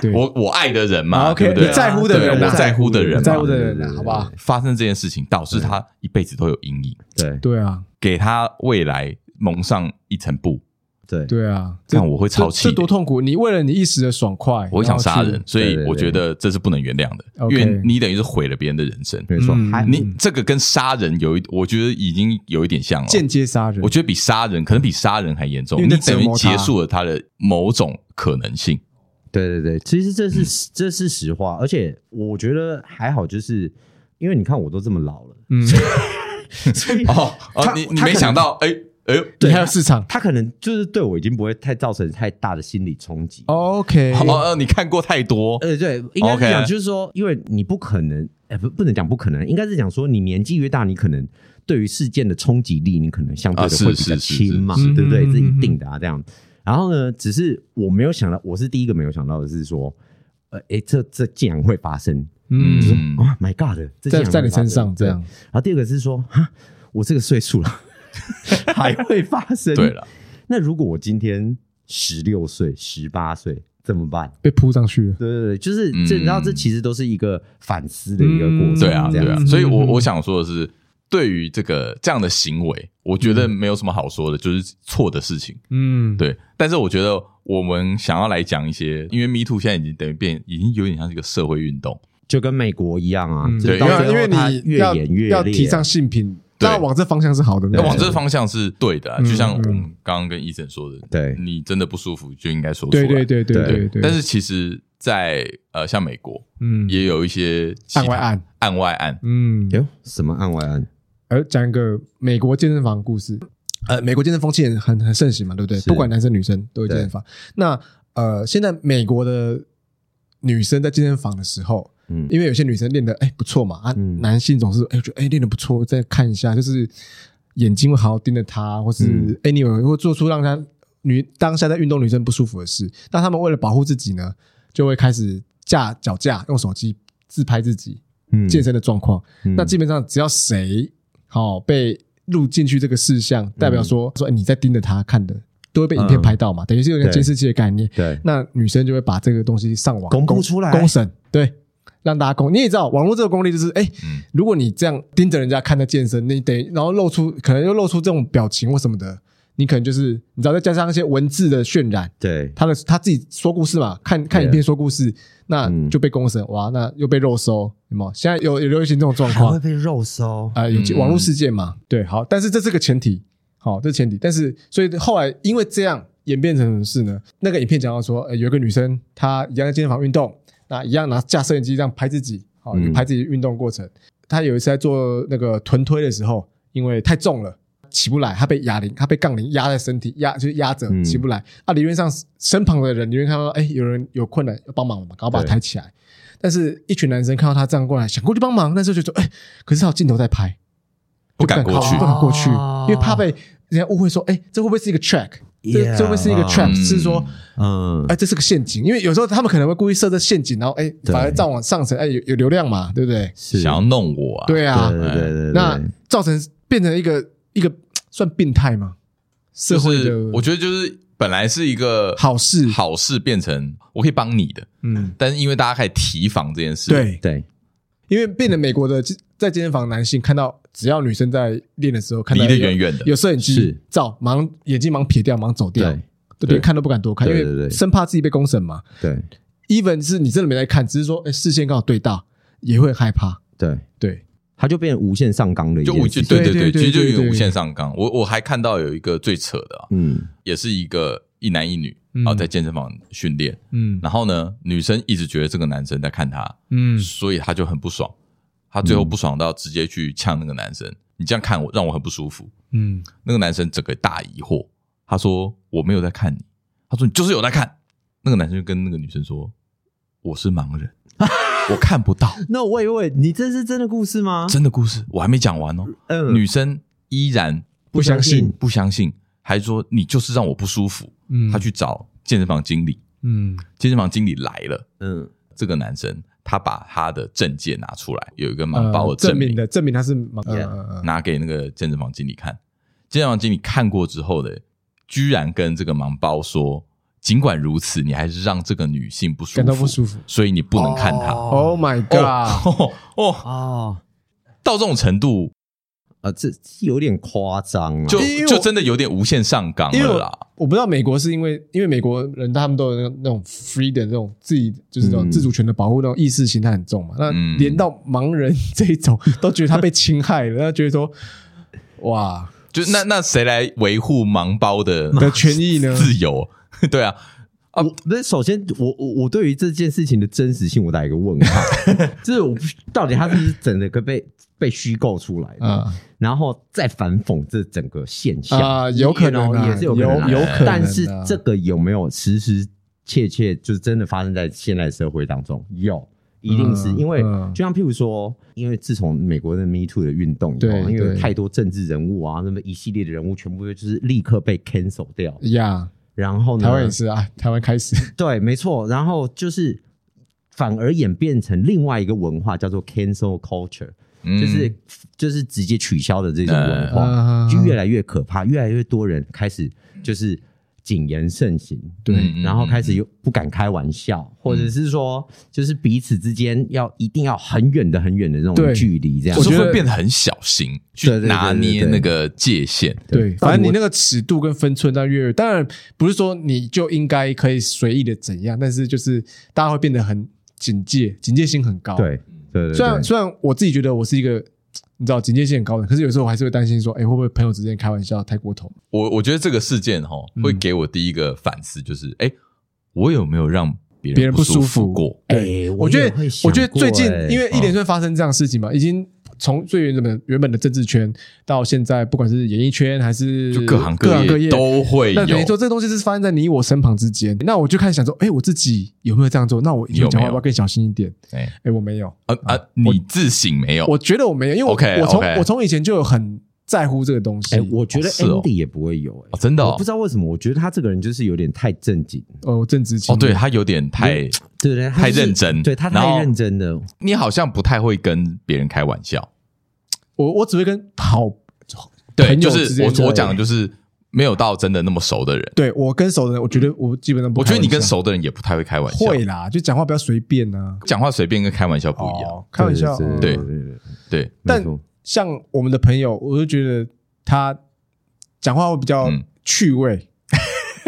对我我爱的人啊嘛，对，OK，不对？你在乎的对人啊我在乎的人嘛，在乎的人对对啊，对好不好？发生这件事情，导致他一辈子都有阴影。对对啊，给他未来蒙上一层布，对对啊，这样我会超气这这多痛苦！你为了你一时的爽快，我会想杀人，所对以对对我觉得这是不能原谅的，因 OK 为你等于是毁了别人的人生。没错，嗯还你这个跟杀人有一，我觉得已经有一点像了。间接杀人我。觉得比杀人可能比杀人还严重，因为你你等折于磨他结束了他的某种可 *laughs* 能性。对对对，其实这是、嗯这是实话，而且我觉得还好，就是因为你看我都这么老了， *laughs* 嗯，所以哦，哦他你他你可没能想到，哎哎呦，你还有市场他可能就是对我已经不会太造成太大的心理冲击。 ？OK，好哦，你看过太多，呃，对，应该 OK 是讲，就是说，因为你不可能，哎、不，不能讲不可能，应该是讲说，你年纪越大，你可能对于事件的冲击力，你可能相对啊的是会比是较是轻嘛，是是对不对？嗯嗯这一嗯定的啊，这样。然后呢，只是我没有想到，我是第一个没有想到的是说，呃，哎，这这竟然会发生，嗯，嗯，啊、m y God，这在竟然会在你发身生上这。样对，然后第二个是说，哈，我这个岁数 *laughs* 了，还会发生？对，了，那如果我今天十六岁、十八岁怎么办？被扑上去了。对对对，就是这，嗯你知道，这其实都是一个反思的一个过程，对啊，这对样啊子。，所以我嗯我想说的是，对于这个这样的行为，我觉得没有什么好说的，就是错的事情。嗯，，对，但是我觉得我们想要来讲一些，因为 Me Too 现在已经等于变，已经有点像是一个社会运动。就跟美国一样啊，嗯就对是到因最为后因为它你越要演越烈，要提倡性平，啊对那往这方向是好的，那那往这个方向是对的啊、嗯就像我们嗯刚刚跟医生说的，对你真的不舒服就应该说出来。对对对对对对对。但是其实在，呃，像美国嗯，也有一些其他案外，案，案外案，嗯，哟哎什么案外案？而讲一个美国健身房的故事。呃，美国健身风气很很很盛行嘛，对不对？是不管男生女生都有健身房。那呃，现在美国的女生在健身房的时候，嗯因为有些女生练的哎不错嘛，啊，嗯男性总是哎觉得哎练的不错，再看一下，就是眼睛会好好盯着她，或是嗯 anyway 会做出让她女当下在运动女生不舒服的事。那他们为了保护自己呢，就会开始架脚架，用手机自拍自己嗯健身的状况。嗯那基本上只要谁好、哦被录进去这个事项，代表说、说、哎你在盯着他看的，都会被影片嗯拍到嘛，等于是有点对监视器的概念。对，那女生就会把这个东西上网公布公出来公审，对，让大家公。你也知道，网络这个功力就是，哎、嗯如果你这样盯着人家看在健身，你得然后露出可能又露出这种表情或什么的，你可能就是你知道，再加上一些文字的渲染，对，他的他自己说故事嘛，看看对影片说故事，那嗯就被公审，哇，那又被肉收，有没有？现在有有流行这种状还 *laughs* 会况，被肉搜。啊，有嗯网络事件嘛，对，好，但是这是个前提，好，这是前提，但是所以后来因为这样演变成什么事呢？那个影片讲到说，呃，有一个女生她一样在健身房运动，那一样拿架摄影机这样拍自己，好，嗯就拍自己运动过程。她有一次在做那个臀推的时候，因为太重了。起不来，她被哑铃，她被杠铃压在身体，压就是压着嗯起不来。啊，理论上身旁的人，理论上看到，哎、有人有困难要帮忙嘛，赶快把她对抬起来。但是，一群男生看到她这样过来，想过去帮忙，那时候就说，哎、可是他有镜头在拍，不敢过去就不敢过去，哦因为怕被人家误会说，哎、这会不会是一个 track？这 Yeah 这会不会是一个 trap？、嗯是说，嗯哎、，这是个陷阱，因为有时候他们可能会故意设置陷阱，然后哎、对反而再往上层，哎、有有流量嘛，对不对？是想要弄我啊？对啊，对对对对，那造成变成一个一个算病态吗？社就会是的我觉得就是本来是一个好事好事变成我可以帮你的，嗯，但是因为大家开始提防这件事，，对，对因为变成美国的在健身房男性看到只要女生在练的时候，看到离得有远远的，有摄影机是照，忙眼睛忙撇掉，忙走掉，对对，啊连对看都不敢多看，因对对为对生怕自己被公审嘛。对 even 是你真的没在看，只是说、诶视线刚好对到，也会害怕。对，对，它就变成无限上纲的一就件无事限情。对对对，对其实就对有点对无限上纲。我我还看到有一个最扯的啊，嗯也是一个一男一女嗯啊在健身房训练，嗯然后呢，女生一直觉得这个男生在看她，嗯所以她就很不爽，她最后不爽到直接去呛那个男生，你这样看我让我很不舒服。嗯，那个男生整个大疑惑，他说我没有在看你，他说你就是有在看。那个男生就跟那个女生说，我是盲人， *laughs* 我看不到。那喂喂，你这是真的故事吗？真的故事我还没讲完哦，嗯女生依然不相信，不相信，还说你就是让我不舒服。嗯他去找健身房经理，嗯健身房经理来了，嗯这个男生他把他的证件拿出来，有一个呃盲包的证证明，明的证明他是盲，呃 Yeah 呃拿给那个健身房经理看。健身房经理看过之后呢，居然跟这个盲包说：“尽管如此，你还是让这个女性不舒服，感到不舒服所以你不能看她。哦哦 Oh my god！哦哦，到这种程度，啊，这有点夸张啊。就因为我就真的有点无限上纲因为了我啦。我不知道美国是因为因为美国人他们都有那种那种 free 的那种自己就是那种嗯自主权的保护那种意识形态很重嘛，那嗯连到盲人 *laughs* 这一种都觉得他被侵害了，他觉得说哇就那那谁来维护盲包的的权益啊呢？ *laughs* 自由？对啊，啊，不是，首先我我我对于这件事情的真实性，我打一个问号，就是我不到底他是不是整个被被虚构出来的，啊然后再反讽这整个现象啊有可能啊也是有可能啊、有有可能啊但是这个有没有实实切切就是真的发生在现代社会当中？有。一定是嗯因为，嗯就像譬如说，因为自从美国的 Me Too 的运动以后，啊对因为有对太多政治人物啊，那么一系列的人物全部就是立刻被 cancel 掉，呀，然后呢，嗯台湾也是啊，台湾开始对，没错。然后就是反而演变成另外一个文化，叫做 cancel culture，、嗯就是就是直接取消的这种文化，啊就越来越可怕，越来越多人开始就是谨言慎行。对嗯然后开始又不敢开玩笑，或者是说，就是彼此之间要一定要很远的、很远的那对种距离，这样我就是觉得会变得很小心去对对对对拿捏对对那个界限。对，反但正你我那个尺度跟分寸，那越当然不是说你就应该可以随意的怎样，但是就是大家会变得很警戒，警戒心很高。，对嗯对对虽然对虽然我自己觉得我是一个你知道警戒心很高的，可是有时候我还是会担心说，哎，会不会朋友之间开玩笑太过头？我我觉得这个事件哈、嗯会给我第一个反思，就是哎、诶我有没有让别别人人不舒舒服过？哎，我觉得也会我觉得想过最近哎因为一连串发生这样的事情嘛，已经从最原本的原本的政治圈到现在，不管是演艺圈还是就各行各业业都会那有等于。说，这东西是发生在你我身旁之间。那我就开始想说，哎，我自己有没有这样做？那我以有没后有讲话要不要更小心一点？哎，哎，我没有，啊啊，你自省没有？我觉得我没有，因为我 OK，我从 OK 我从以前就有很在乎这个东西哎、。我觉得哦是哦 Andy 也不会有、哎哦真的哦我不知道为什么，我觉得他这个人就是有点太正经，哦，我政治哦，清对廉他有点太，对不对？他太就是认真对他然后太认真了。你好像不太会跟别人开玩笑。我我只会跟好对，朋就友之是间我我对讲的就是没有到真的那么熟的人。对我跟熟的人，我觉得我基本上不我开觉玩笑。得你跟熟的人也不太会开玩笑，会啦，就讲话不要随便啊，讲话随便跟开玩笑不一样。哦，开玩笑。对对对对对对，但没错像我们的朋友，我就觉得他讲话会比较嗯趣味。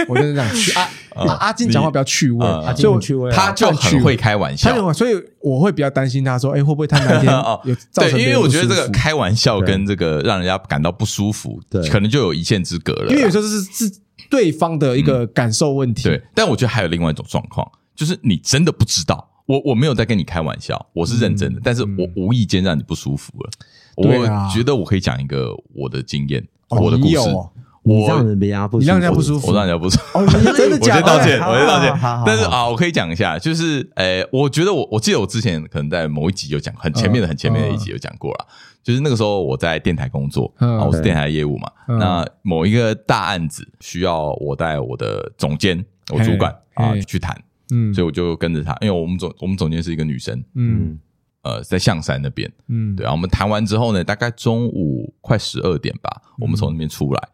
我真的这样趣啊，嗯阿阿金讲话比较趣味，嗯所以我很趣味啊他就很会开玩他笑。有，所以我会比较担心他说，哎，会不会他哪天 *laughs* 哦有造对，成别因为人我不觉得这舒个服开玩笑对跟这个让人家感到不舒服，对可能就有一线之隔了啦。嗯因为有时候是是对方的一个感受问题，对，但我觉得还有另外一种状况，就是你真的不知道，我我没有在跟你开玩笑，我是认真的，但是我无意间让你不舒服了。嗯对我啊觉得我可以讲一个我的经验，哦，我的故你事，有哦你我让人家不舒你服，让人家不舒服我让人家不舒服。哦，你真 *laughs* 的我假先的？道歉，好我先道好好歉好。但是啊，我可以讲一下，就是呃，我觉得我我记得我之前可能在某一集有讲，很前面的嗯很前面的一集有讲过了，就是那个时候我在电台工作，嗯啊，我是电台业务嘛，嗯那某一个大案子需要我带我的总监，我主管嘿啊嘿去谈，嗯所以我就跟着他，因为我们总我们总监是一个女生，嗯嗯，呃，在象山那边，嗯，对啊，我们谈完之后呢，大概中午快十二点吧，我们从那边出来，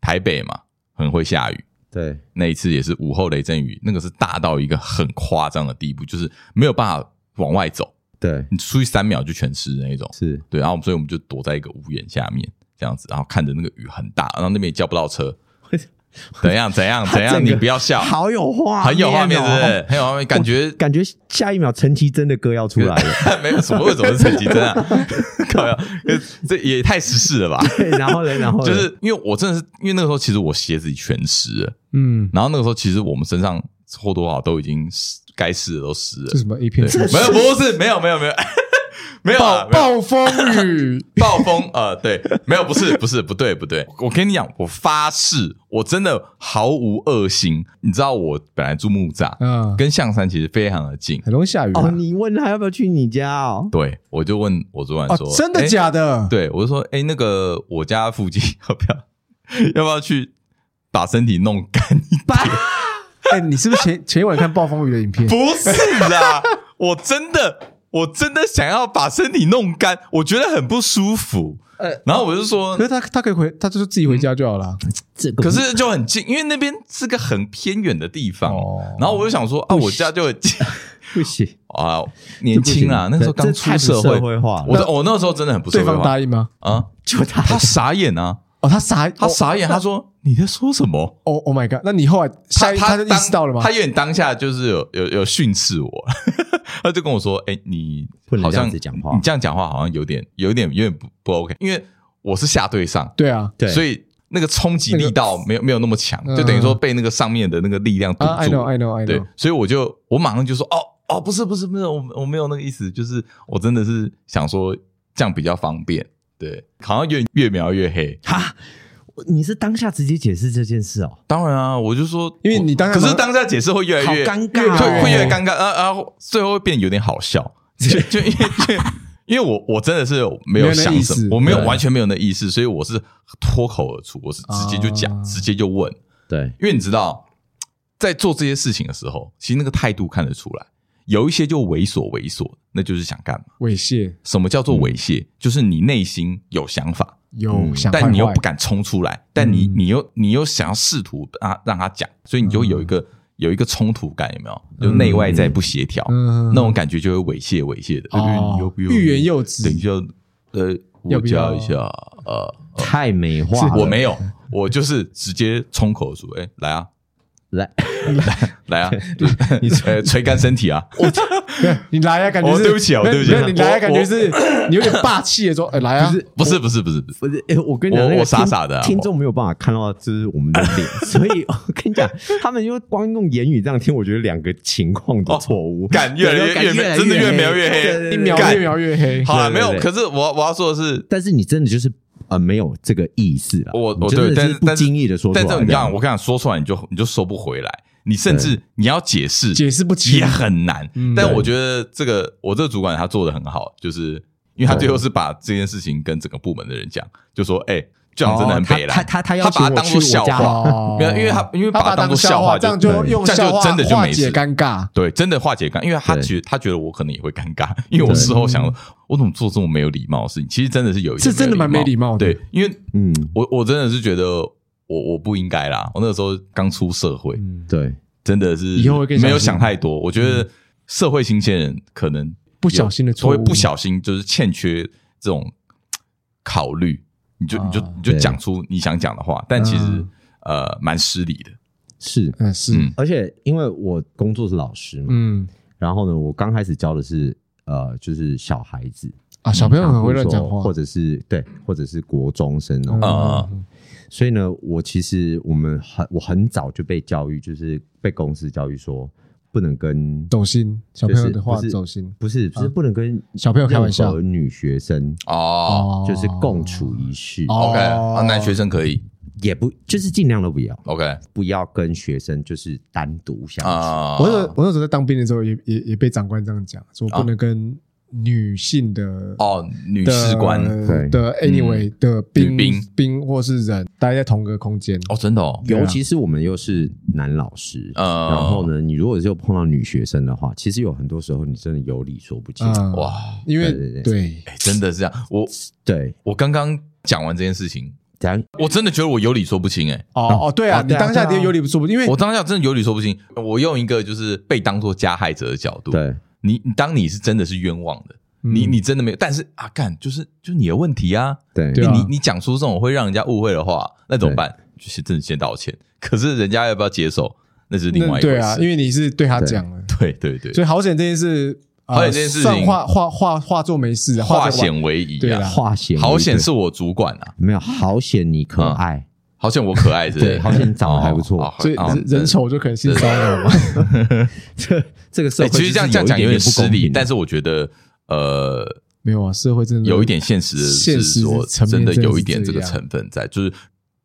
台北嘛，很会下雨。对，那一次也是午后雷阵雨，那个是大到一个很夸张的地步，就是没有办法往外走，对，你出去三秒就全湿的那一种。是，对，然后所以我们就躲在一个屋檐下面这样子，然后看着那个雨很大，然后那边也叫不到车，怎样怎样怎他样，整个你不要笑，好有画面哦，很有画面，是不是？很有画面，感 *laughs* 觉感觉下一秒陈绮贞的歌要出来 *laughs* 了，没有什么，为什么是陈绮贞啊？ *laughs* 靠呀，这也太时事了吧？对，然后嘞，然后嘞就是因为我真的是因为那个时候，其实我鞋子全湿了，嗯，然后那个时候其实我们身上或多或少都已经湿，该湿的都湿了这，什么 A 片对，没有，不是，没有，没有， *laughs* 没有，没有啊暴没有暴风 *laughs* 雨，暴风，呃， *laughs* 对，没有，不是，不是，不对，不对，我跟你讲，我发誓，我真的毫无恶心。你知道我本来住木栅，嗯，跟象山其实非常的近，很容易下雨啊哦，你问他要不要去你家哦，对我就问我主管哦说，，真的诶假的？对，我就说，哎、那个我家附近 *laughs* 要不要要不要去把身体弄干一把？哎，你是不是前前一晚看暴风雨的影片？不是啦，我真的。我真的想要把身体弄干，我觉得很不舒服。呃然后我就说可，是他他可以回，他就是自己回家就好了。这个可是就很近，因为那边是个很偏远的地方。哦然后我就想说啊，我家就很近不行，啊，年轻啊，那个时候刚出社会，会社，会化了，我我那个时候真的很不社对会方化答应吗？啊。就他他傻眼啊，哦，他傻，他傻眼，他说你在说什么？哦。Oh my god！那你后来下一他就意当识到了吗他？有点当下就是有有有训斥我， *laughs* 他就跟我说：“哎，你不能好这像样子讲话你这样讲话好像有点有点有点不不 OK，因为我是下对上，对啊，对，所以以那个冲击力道没有没有那么强，嗯就等于说被那个上面的那个力量堵啊，I 住。 know，I know，I 对 know。，所以我就我马上就说哦哦，不是不是不是，我我没有那个意思，就是我真的是想说这样比较方便。对，好像越越描越黑。哈，你是当下直接解释这件事哦，当然啊，我就说，因为你当下可是当下解释会越来好越尴越尬就哦，会越尴尬，啊啊，最后会变得有点好 *laughs* 笑，就就因为就因为我我真的是没有想什么，我没有完全没有那意思，所以我是脱口而出，我是直接就讲，直接就问，对，因为你知道，在做这些事情的时候，其实那个态度看得出来，有一些就猥琐猥琐，那就是想干嘛？猥亵什么叫做猥亵？就是你内心有想法，有嗯想坏坏，但你又不敢冲出来，但你嗯你又你又想要试图啊让他讲，所以你就会有一个、有一个冲突感，有没有？就内外在不协调，嗯那种感觉就会猥亵猥亵的，对对，你又哦，不用欲言又等一止，下，呃，要我不要教一下，呃，太美化了，我没有，我就是直接冲口说，哎，来啊，来， *laughs* 来 *laughs* 啊，你 *laughs* 捶捶干身体啊！你来啊，感觉哦是对不起啊没有对不起啊没有你来啊，我感觉是你有点霸气的说，哎，来啊，不是不是不是不是，不是，诶我跟你讲，我那个我傻听傻的啊听众没有办法看到，就是我们的 *laughs* 脸，所以我跟你讲，他们就光用言语这样听，我觉得两个情况的错误，哦感越来对越感越越来真的越越描黑越对对黑。对一秒干越描越黑。好了，啊对对没有，对可是我我要说的是，但是你真的就是呃没有这个意思了，我我你真对，的但是不但是经意的说出来但这这样，种你看，我跟你讲，说出来你就你就收不回来，你甚至你要解释解释不清也很难嗯。但对我觉得这个我这个主管他做的很好，就是因为他最后是把这件事情跟整个部门的人讲，就说：“哎，这样真的很哦他北蓝。”他他他要他把它请当做我去我笑家话，哦没有因为他因为他把它把当当作笑笑话这样就就用这样就笑话真的就化没解事尴尬。对，真的化解尴，因为他对觉他觉得我可能也会尴尬，因为我事后想，我怎么做这么没有礼貌的事情？其实真的是有一些是嗯真的蛮没礼貌的对，因为嗯，我我真的是觉得我我不应该啦，我那个时候刚出社会，嗯，对，真的是以后会更小心嗯没有想太多。我觉得社会新鲜人可能不小心的所错谓误，不小心就是欠缺这种考虑，你就啊你就你就对讲出你想讲的话，但其实嗯呃蛮失礼的。是，嗯是嗯而且因为我工作是老师嘛，嗯然后呢，我刚开始教的是呃，就是小孩子，嗯啊，小朋友很会乱比讲如说话或，者是对，或者是国中生哦。嗯啊所以呢，我其实我们很我很早就被教育，就是被公司教育说不能跟走心，小就朋友是的话不是走心不是不是啊不能跟小朋友开玩笑任何女学生哦哦就是共处一室，哦，OK，啊男学生可以也不就是尽量都不要， OK 不要跟学生就是单独相处。啊，我那时候我那时候在当兵的时候也，也也被长官这样讲，说啊不能跟女性的哦女的士官嗯对的 anyway 的女兵兵兵或是人待在同个空间。啊哦，真的哦，尤其是我们又是男老师，嗯然后呢，你如果就碰到女学生的话，其实有很多时候你真的有理说不清。啊，哇，因为对对对哎真的是这样。我对，我刚刚讲完这件事情，怎样？我真的觉得我有理说不清哎。哦哦对啊，哦你对啊当下对啊的有理不说不，因为 *laughs* 我当下真的有理说不清，我用一个就是被当做加害者的角度，对，你你当你是真的是冤枉的，你嗯你真的没有，但是啊，干就是就是你的问题啊，对，对因啊为你你讲出这种会让人家误会的话，那怎么办？就是真的先道歉，可是人家要不要接受，那是另那外一回对啊，因事。为你是对他讲了，对对对所以好险这件事，呃好险这件事情算化化化化作没事啊，化作完险为夷对啊啦，好险，好险是啊我主管啊，没有好险你可爱，好险我可爱，是不是对好险你长得还不错哦好所以哦人人丑就可能性骚扰嘛。这 *laughs* 这个社哎会其实这样这就样是讲有有点一点不失公礼，平，但是我觉得呃， *laughs* 没有啊，社会真的有一点现实的现是实说，层真面的真的有一是点这这个样成分在，就是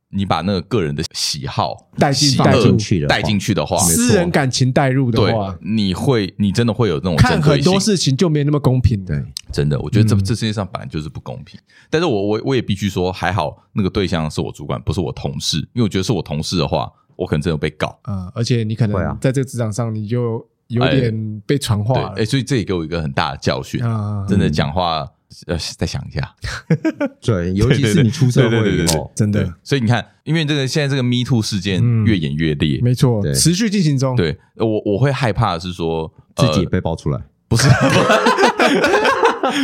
你把那个个人的喜好带进喜带恶进去的话带进去的话，私人感情带入的对话，，你会你真的会有那种啊看针对很多性事情就没那么公平的。真的，我觉得这嗯这世界上本来就是不公平。但是我我我也必须说，还好那个对象是我主管，不是我同事，因为我觉得是我同事的话，我可能真的被告。啊，而且你可会啊能在这个职场上，你就有哎点被传对，话哎、了所以这也给我一个很大的教训。啊，真的讲话，呃，再想一下。对，尤其是你出社会以后，真的，所以你看，因为这个现在这个 Me Too 事件嗯越演越烈，没错对，持续进行中。对呃我我会害怕的是说，自呃己也被爆出来。不是，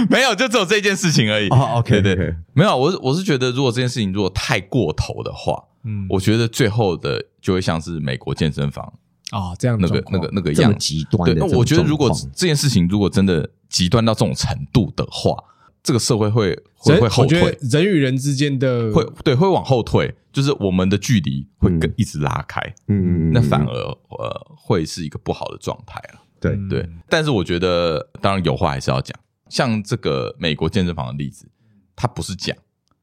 没有，就只有这件事情而已。哦，OK，对对 OK，没有，我是我是觉得，如果这件事情如果太过头的话，嗯，我觉得最后的就会像是美国健身房啊这样的那个状那况个那个这么样子。极端对，的那这种状况，我觉得如果这件事情如果真的极端到这种程度的话，这个社会会会人会后我觉退得，人与人之间的会对会往后退，就是我们的距离会跟嗯一直拉开，嗯，嗯嗯，那反嗯而呃会是一个不好的状态了。对嗯对，但是我觉得，当然有话还是要讲。像这个美国健身房的例子，他不是讲，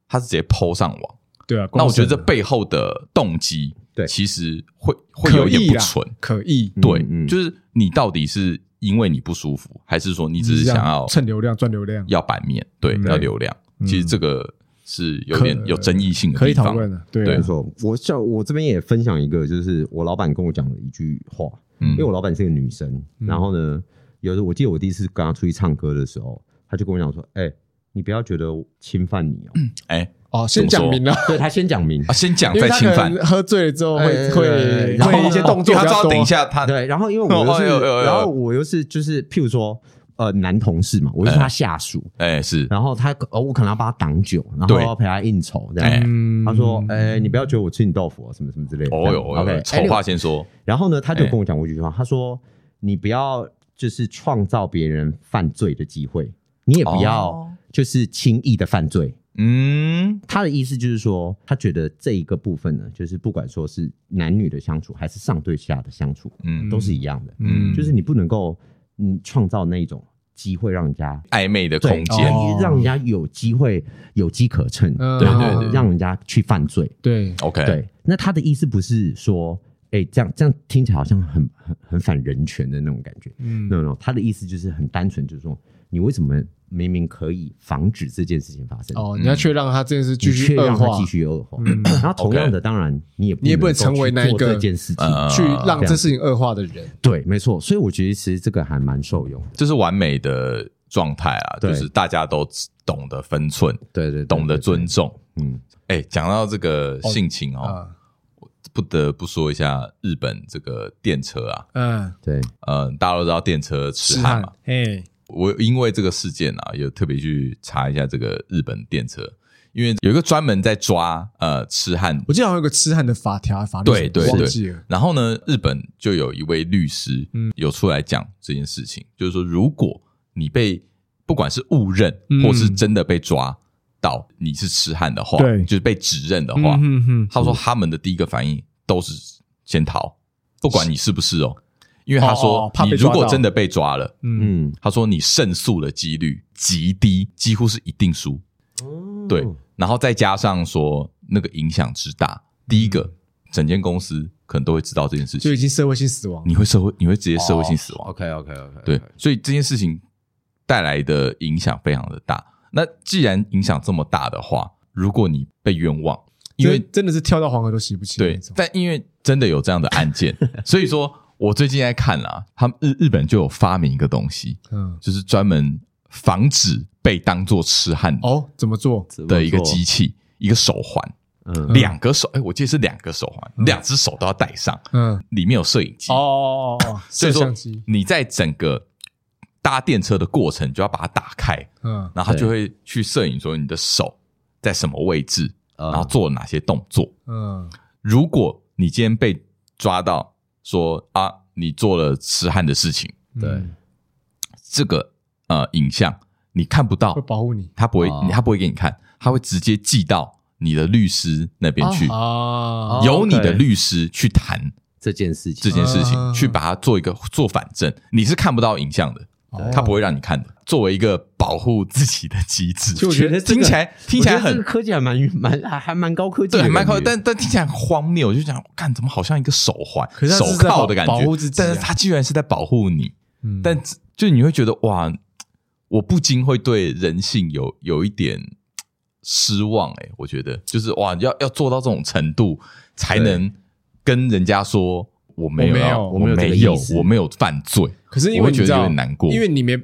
他是直接抛上网。对啊。那我觉得这公审啊背后的动机，对其实会会有一点不纯。可疑，对，嗯嗯就是你到底是因为你不舒服，还是说你只是想要蹭流量赚流量，要版面，对，嗯要流量？嗯其实这个是有点可有争议性的可以地讨方。论的，对对啊没错，我像我这边也分享一个，就是我老板跟我讲的一句话，嗯因为我老板是个女生，然后呢，有时候我记得我第一次跟她出去唱歌的时候，她就跟我讲说：“哎、你不要觉得我侵犯你哦、哎哦，先讲明了，对她先讲明啊，，先讲因再为他侵可犯，能喝醉了之后哎会会然后会一些动因作为比他知较道多等一。下他对，然后因为我又啊哦是，有有有然后我又是就是譬如说。呃男同事嘛，我是他下属，哎，是，然后他哦，我可能要帮他挡酒，然后对要陪他应酬这哎样。嗯他说：“哎，你不要觉得我吃你豆腐哦，什么什么之类的。”哦哟，哦 o 哟 k 丑话先说，然后呢，他就哎跟我讲过一句话，他说：“你不要就是创造别人犯罪的机会，你也不要哦就是轻易的犯罪。嗯，他的意思就是说，他觉得这一个部分呢，就是不管说是男女的相处，还是上对下的相处，嗯都是一样的。嗯就是你不能够嗯创造那一种机会让人家暧昧的空对间，哦让人家有机会有机可乘，嗯然对后对对哎让人家去犯罪。对， OK，对，那他的意思不是说，哎、这样这样听起来好像很很很反人权的那种感觉。嗯 no no，他的意思就是很单纯，就是说你为什么明明可以防止这件事情发生，嗯哦，你要却让他这件事你继却续恶让它化继，续恶化？嗯然后同样的，当然你也你也不不能够成为去那一做个这件事情。呃去让这事情恶化的人，对，没错。所以我觉得其实这个还蛮受用的。这是完美的状态啊，对就是大家都懂得分寸，对对，对懂得尊，重。对对嗯，哎，讲到这个性情哦，啊，不得不说一下日本这个电车啊，嗯，对，呃，大家都知道电车痴汉嘛，，哎，我因为这个事件啊，有特别去查一下这个日本电车，因为有一个专门在抓呃痴汉我记得好像有个痴汉的法条法律，对对忘对记了，然后呢，日本就有一位律师，嗯有出来讲这件事情，就是说，如果你被不管是误认，嗯或是真的被抓到你是痴汉的话，对就是被指认的话，嗯哼他说他们的第一个反应都是先逃，不管你是不是哦，因为他哦说哦怕你被如抓果到真的被抓了，嗯，嗯，他说你胜诉的几率极低，几乎是一定输。对，哦然后再加上说那个影响之大，第一个嗯整间公司可能都会知道这件事就情已，经社会性死亡，你会社会你会直接社会性死亡， OK OK OK，对，所以这件事情带来的影响非常的大。那既然影响这么大的话，如果你被冤枉，因为就是真的是跳到黄河都洗不清对那，种，但因为真的有这样的案件，所以说我最近在看啊，他们日日本就有发明一个东西，嗯，就是专门防止被当做痴汉哦，怎么做？的一个机器，一个手环。嗯，两个手，哎、我记得是两个手环，两只手都要戴上，嗯，里面有摄影机，哦哦哦哦，所摄以说像机，你在整个搭电车的过程就要把它打开，嗯，然后它对就会去摄影说你的手在什么位置，嗯啊然后做哪些动作。嗯，如果你今天被抓到说啊，你做了痴汉的事情，对嗯，这个呃影像你看不到会，啊保护你他不会哦，他不会给你看，他会直接寄到你的律师那边去，啊，由你的 OK 律师去谈。这件事情这件事情，啊去把它做一个做反证，你是看不到影像的，哦它不会让你看的。作为一个保护自己的机制，就我觉得这个听起来听起来我觉得这很个科技还蛮蛮还还蛮高科技对，的感很觉，蛮靠，但但听起来很荒谬。我就想，看怎么好像一个手环、可是它手是在铐保的感觉，保护自己啊但是它居然是在保护你，嗯但就你会觉得哇，我不禁会对人性有有一点失望哎、我觉得就是哇，要要做到这种程度，才对能跟人家说我没有我没有要，我我没有这个没意思我没有犯罪，可是因我为会你觉得知道有点难过，因为你没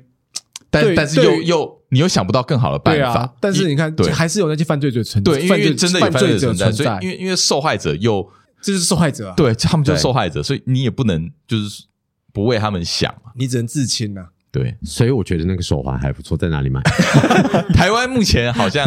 但对但是又对又你又想不到更好的办对法啊，，但是一你看对，。还是有那些犯罪者存对，因犯罪为真的有犯罪罪存者在，存所以因为因为受害者又这就是受害者啊，，对他们就是对受害者，所以你也不能就是不为他们想嘛。你只能自清呐，对， *laughs* *laughs* 所以我觉得那个手环还不错，在哪里买？台湾目前 *laughs* 好像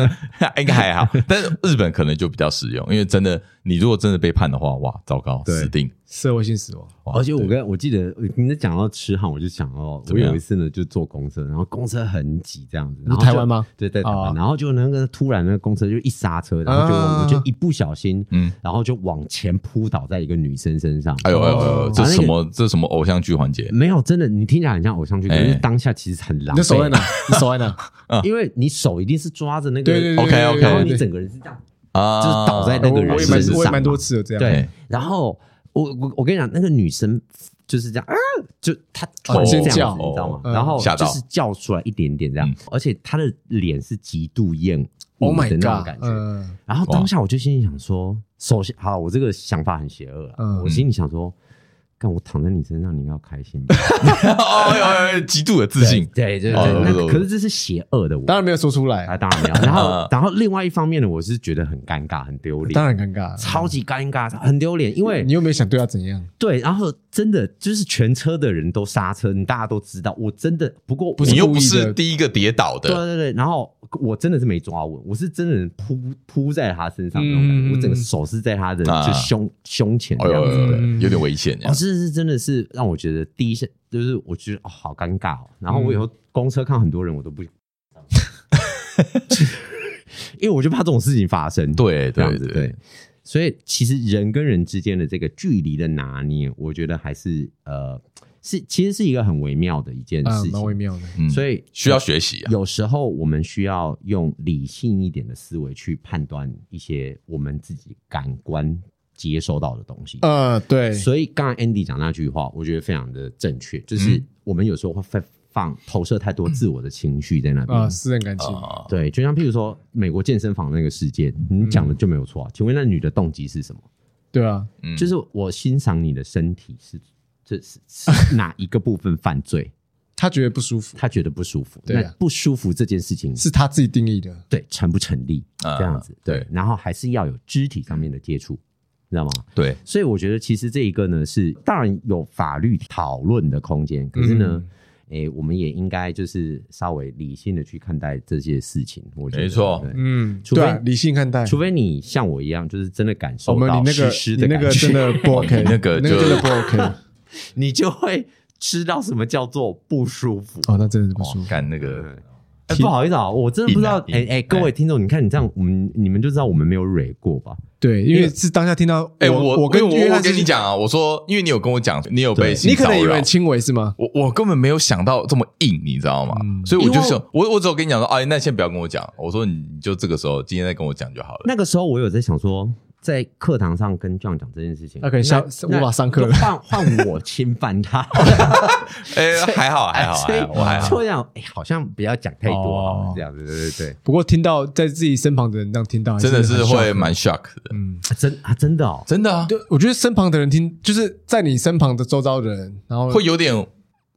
应该还好，但是日本可能就比较实用，因为真的，你如果真的被判的话，哇，糟糕，对死定！社会性死亡， *laughs* 哇而且我对跟我记得，你在讲到痴汉，我就想到怎我么样有一次呢，就坐公车，然后公车很挤这样子，你说然后就台湾？吗？对，在台湾，哦然后就那个突然那个公车就一刹车，然后就啊我就一不小心，嗯嗯，然后就往前扑倒在一个女生身上。哎呦哎呦哎呦，哦这啊那个什么这什么偶像剧环节？没有，真的，你听起来很像偶像剧，可哎是当下其实很狼狈。你的手在哪？你手在哪？因为你手一定是抓着那个，对对对 OK，OK 然后你对整个人是这样啊，嗯就是倒在那我个人我也身蛮上我也蛮嘛多次有这样，对哎，然后我我我跟你讲，那个女生就是这样啊，就她哦就是这样尖叫子你知道吗？嗯然后吓就到是叫出来一点点这样嗯，而且她的脸是极度厌恶 Oh my 的那种 god！感觉。嗯然后当下我就心里想说，首先，好，我这个想法很邪恶啊，嗯我心里想说，看我躺在你身上，你要开心吧？ *laughs* 哎呦哎呦，极度的自信， *laughs* 对对对哦对，那哦个可是这是邪恶的我。当然没有说出来啊，，当然 *laughs* 没有。然啊后，然后另外一方面呢，我是觉得很尴尬，很丢脸，当然尴尬，超级尴尬，很丢脸，因为你又没有想对他怎样，对，然后真的就是全车的人都刹车，你大家都知道，我真的不过不你又故不意是的第一个跌倒对啊的，对对，然后我真的是没抓稳，我是真的扑扑在他身上那种感觉，嗯我整个手是在他的啊就胸、胸前哎这呦样哎子呦，的哎。呦有点危险这哦，样。这是真的是让我觉得第一下就是我觉得哦好尴尬哦，然后我以嗯后公车看很多人我都不， *laughs* 因为我就怕这种事情发生。对这样对子对对，。所以其实人跟人之间的这个距离的拿捏，我觉得还是呃是其实是一个很微妙的一件啊事，蛮情。微妙的。嗯所以需要学习啊。有时候我们需要用理性一点的思维去判断一些我们自己感官接收到的东西。呃，对，所以刚才 Andy 讲那句话，我觉得非常的正确，就是嗯我们有时候会放投射太多自我的情绪在那边。嗯啊，私人感情，啊，对，就像譬如说美国健身房那个事件，你讲的就没有错、啊。请问那女的动机是什么？对啊，嗯就是我欣赏你的身体是这是是哪一个部分犯罪？他觉得不舒服，她觉得不舒服，对啊那不舒服这件事情是他自己定义的。对成不成立？啊这样子对对，然后还是要有肢体上面的接触，知道吗？啊对，所以我觉得其实这一个呢是当然有法律讨论的空间，可是呢，诶、我们也应该就是稍微理性的去看待这些事情。我觉得没错对嗯，除非对啊，理性看待。除非你像我一样，就是真的感我受们哦你到那个湿湿你的那感个觉，真的不 OK， *laughs* 你那个那就个真的不 *laughs* OK。 *laughs* 你就会知道什么叫做不舒服。哦，那真的是不舒哦服。干那对个，哎不好意思啊，我真的不知道。硬啊哎哎、硬各位听众，你看你这样，我们你们就知道我们没有蕊过吧？对，因为是当下听到，哎，我我跟因为约我翰我跟是你，讲啊，我说，因为你有跟我讲，你有被对性你可能骚以为扰很轻微是吗？我我根本没有想到这么硬，你知道吗？嗯所以我就因为想，我我只有跟你讲说，哎，那先不要跟我讲。我说你你就这个时候今天再跟我讲 *laughs* 就好了。那个时候我有在想说，在课堂上跟 John 讲这件事情，那可以下那无法上课了就换换我侵 *laughs* 犯他，哎，还好还好所以还好，我还好所。以想，哎，好像不要讲太多哦啊，这样子，对对对，不过听到在自己身旁的人这样听到，还真的很是 shock 会蛮 shock 的，嗯。啊真啊真的哦，真的啊，对，我觉得身旁的人听，就是在你身旁的周遭的人，然后会有点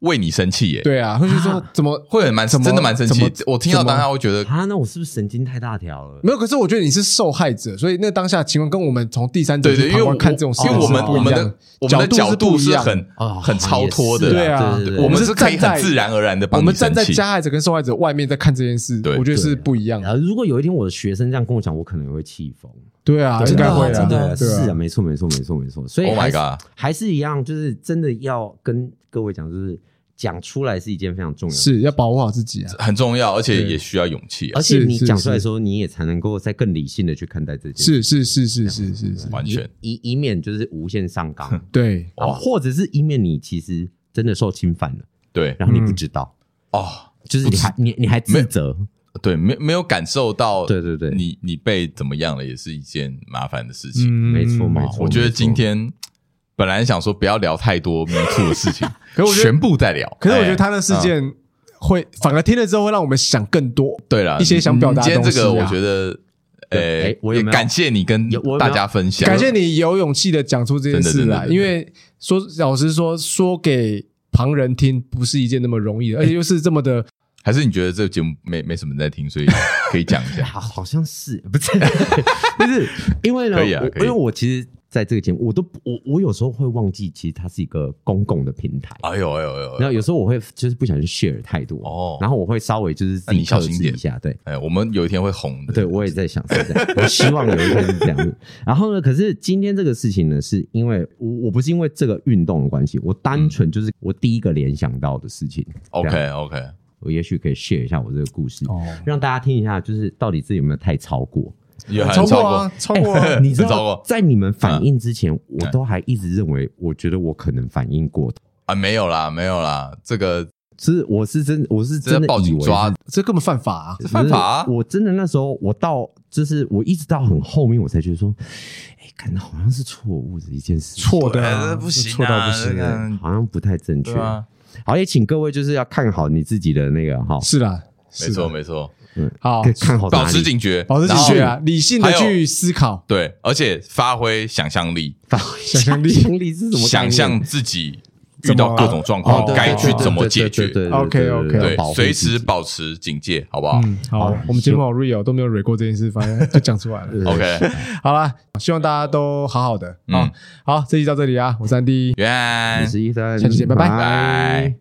为你生气耶，对啊，会去说怎么会很蛮怎么真的蛮生怎气么。我听到当下会觉得，啊，那我是不是神经太大条了？没有，可是我觉得你是受害者，所以那当下情况跟我们从第三者对对，去因为旁我观看这种事因情为我们是不我一们样的我们的角度度是不一是样很哦很超脱好像的对啊，啊也是对对对我们是是可以站在很自然而然的帮我你们站在生气加害者跟受害者外面在看这件事对，啊我觉得是不一样然的。后如果有一天我的学生这样跟我讲，我可能也会气疯，对啊，应真的该啊会真的啊对是啊，，没错没错没错没错，所以 Oh my 还是 God 还是一样，就是真的要跟各位讲，就是讲出来是一件非常重要的是要保护好自己啊。很重要，而且对也需要勇气啊而，且是你是讲出来的是时候，你也才能够再更理性的去看待这件事，是是是是是是是，完以全以以免就是无限上纲，对，啊或者是以免你其实真的受侵犯了，对嗯然后你不知道，哦，就是你还你你还自责，对，没没有感受到，对对对呃你你被怎么样了，也是一件麻烦的事情。嗯没错嘛哦我觉得今天本来想说不要聊太多迷兔的事情， *laughs* 可我觉得全部在聊。可是我觉哎得他的事嗯件会反而听了之后会让我们想更多。对了，一些想表达的今天这个，东西我啊觉得，对呃哎，我有也没有感谢你跟有我有没有大家分享，感谢你有勇气的讲出这件事真的真的来，真的因为说老实说，说给旁人听不是一件那么容哎易的，而且又是这么的还是你觉得这个节目没没什么人在听，所以可以讲一 *laughs* 下。好好像是 *laughs* 不是不是因为呢，可以啊我可以因为我其实在这个节目，我都不我我有时候会忘记，其实它是一个公共的平台。哎呦哎呦哎呦哎然呦！后有时候我会就是不小心 share 太多哦然后我会稍微就是自那己你小克心制一点一下，对，哎，我们有一天会红的。对，我也在想是这样， *laughs* 我希望有一天是这样子。然后呢，可是今天这个事情呢，是因为我我不是因为这个运动的关系，我单纯就是我第一个联想到的事情。这样，OK OK，我也许可以 share 一下我这个故事，哦，让大家听一下，就是到底自己有没有太超过。也很超超过过，啊，超过啊 *laughs* 你知很超过道，在你们反应之前，我都还一直认为，我觉得我可能反应过头，啊，没有啦没有啦，这个是我是真我是这真是的报以警为是抓这根本犯法啊！这犯法啊就是我真的那时候，我到就是我一直到很后面，我才觉得说，哎、感觉好像是错误的一件事，错的对啊，哎这不行啊错到不这行个啊。嗯好像不太正确对。啊，好，也请各位就是要看好你自己的那个哈，是啦，没是错啦，没错，好，看好哪保里持，警觉，保持警觉然后啊，理性的去思考，对，而且发挥想象力，发挥想象力想象力是什么概念？啊想象自己遇到各种状况哦对该去怎么解对对决，对对对 OK，OK 对对对保，护随自己时保持警戒，好不好？嗯，好好，我们节目好 real 都没有 re 过这件事，反正就讲出来 *laughs* 了。对 OK，好啦，希望大家都好好的啊嗯。好，这期到这里啊，我是三 D，原我是医生，下期见拜拜拜。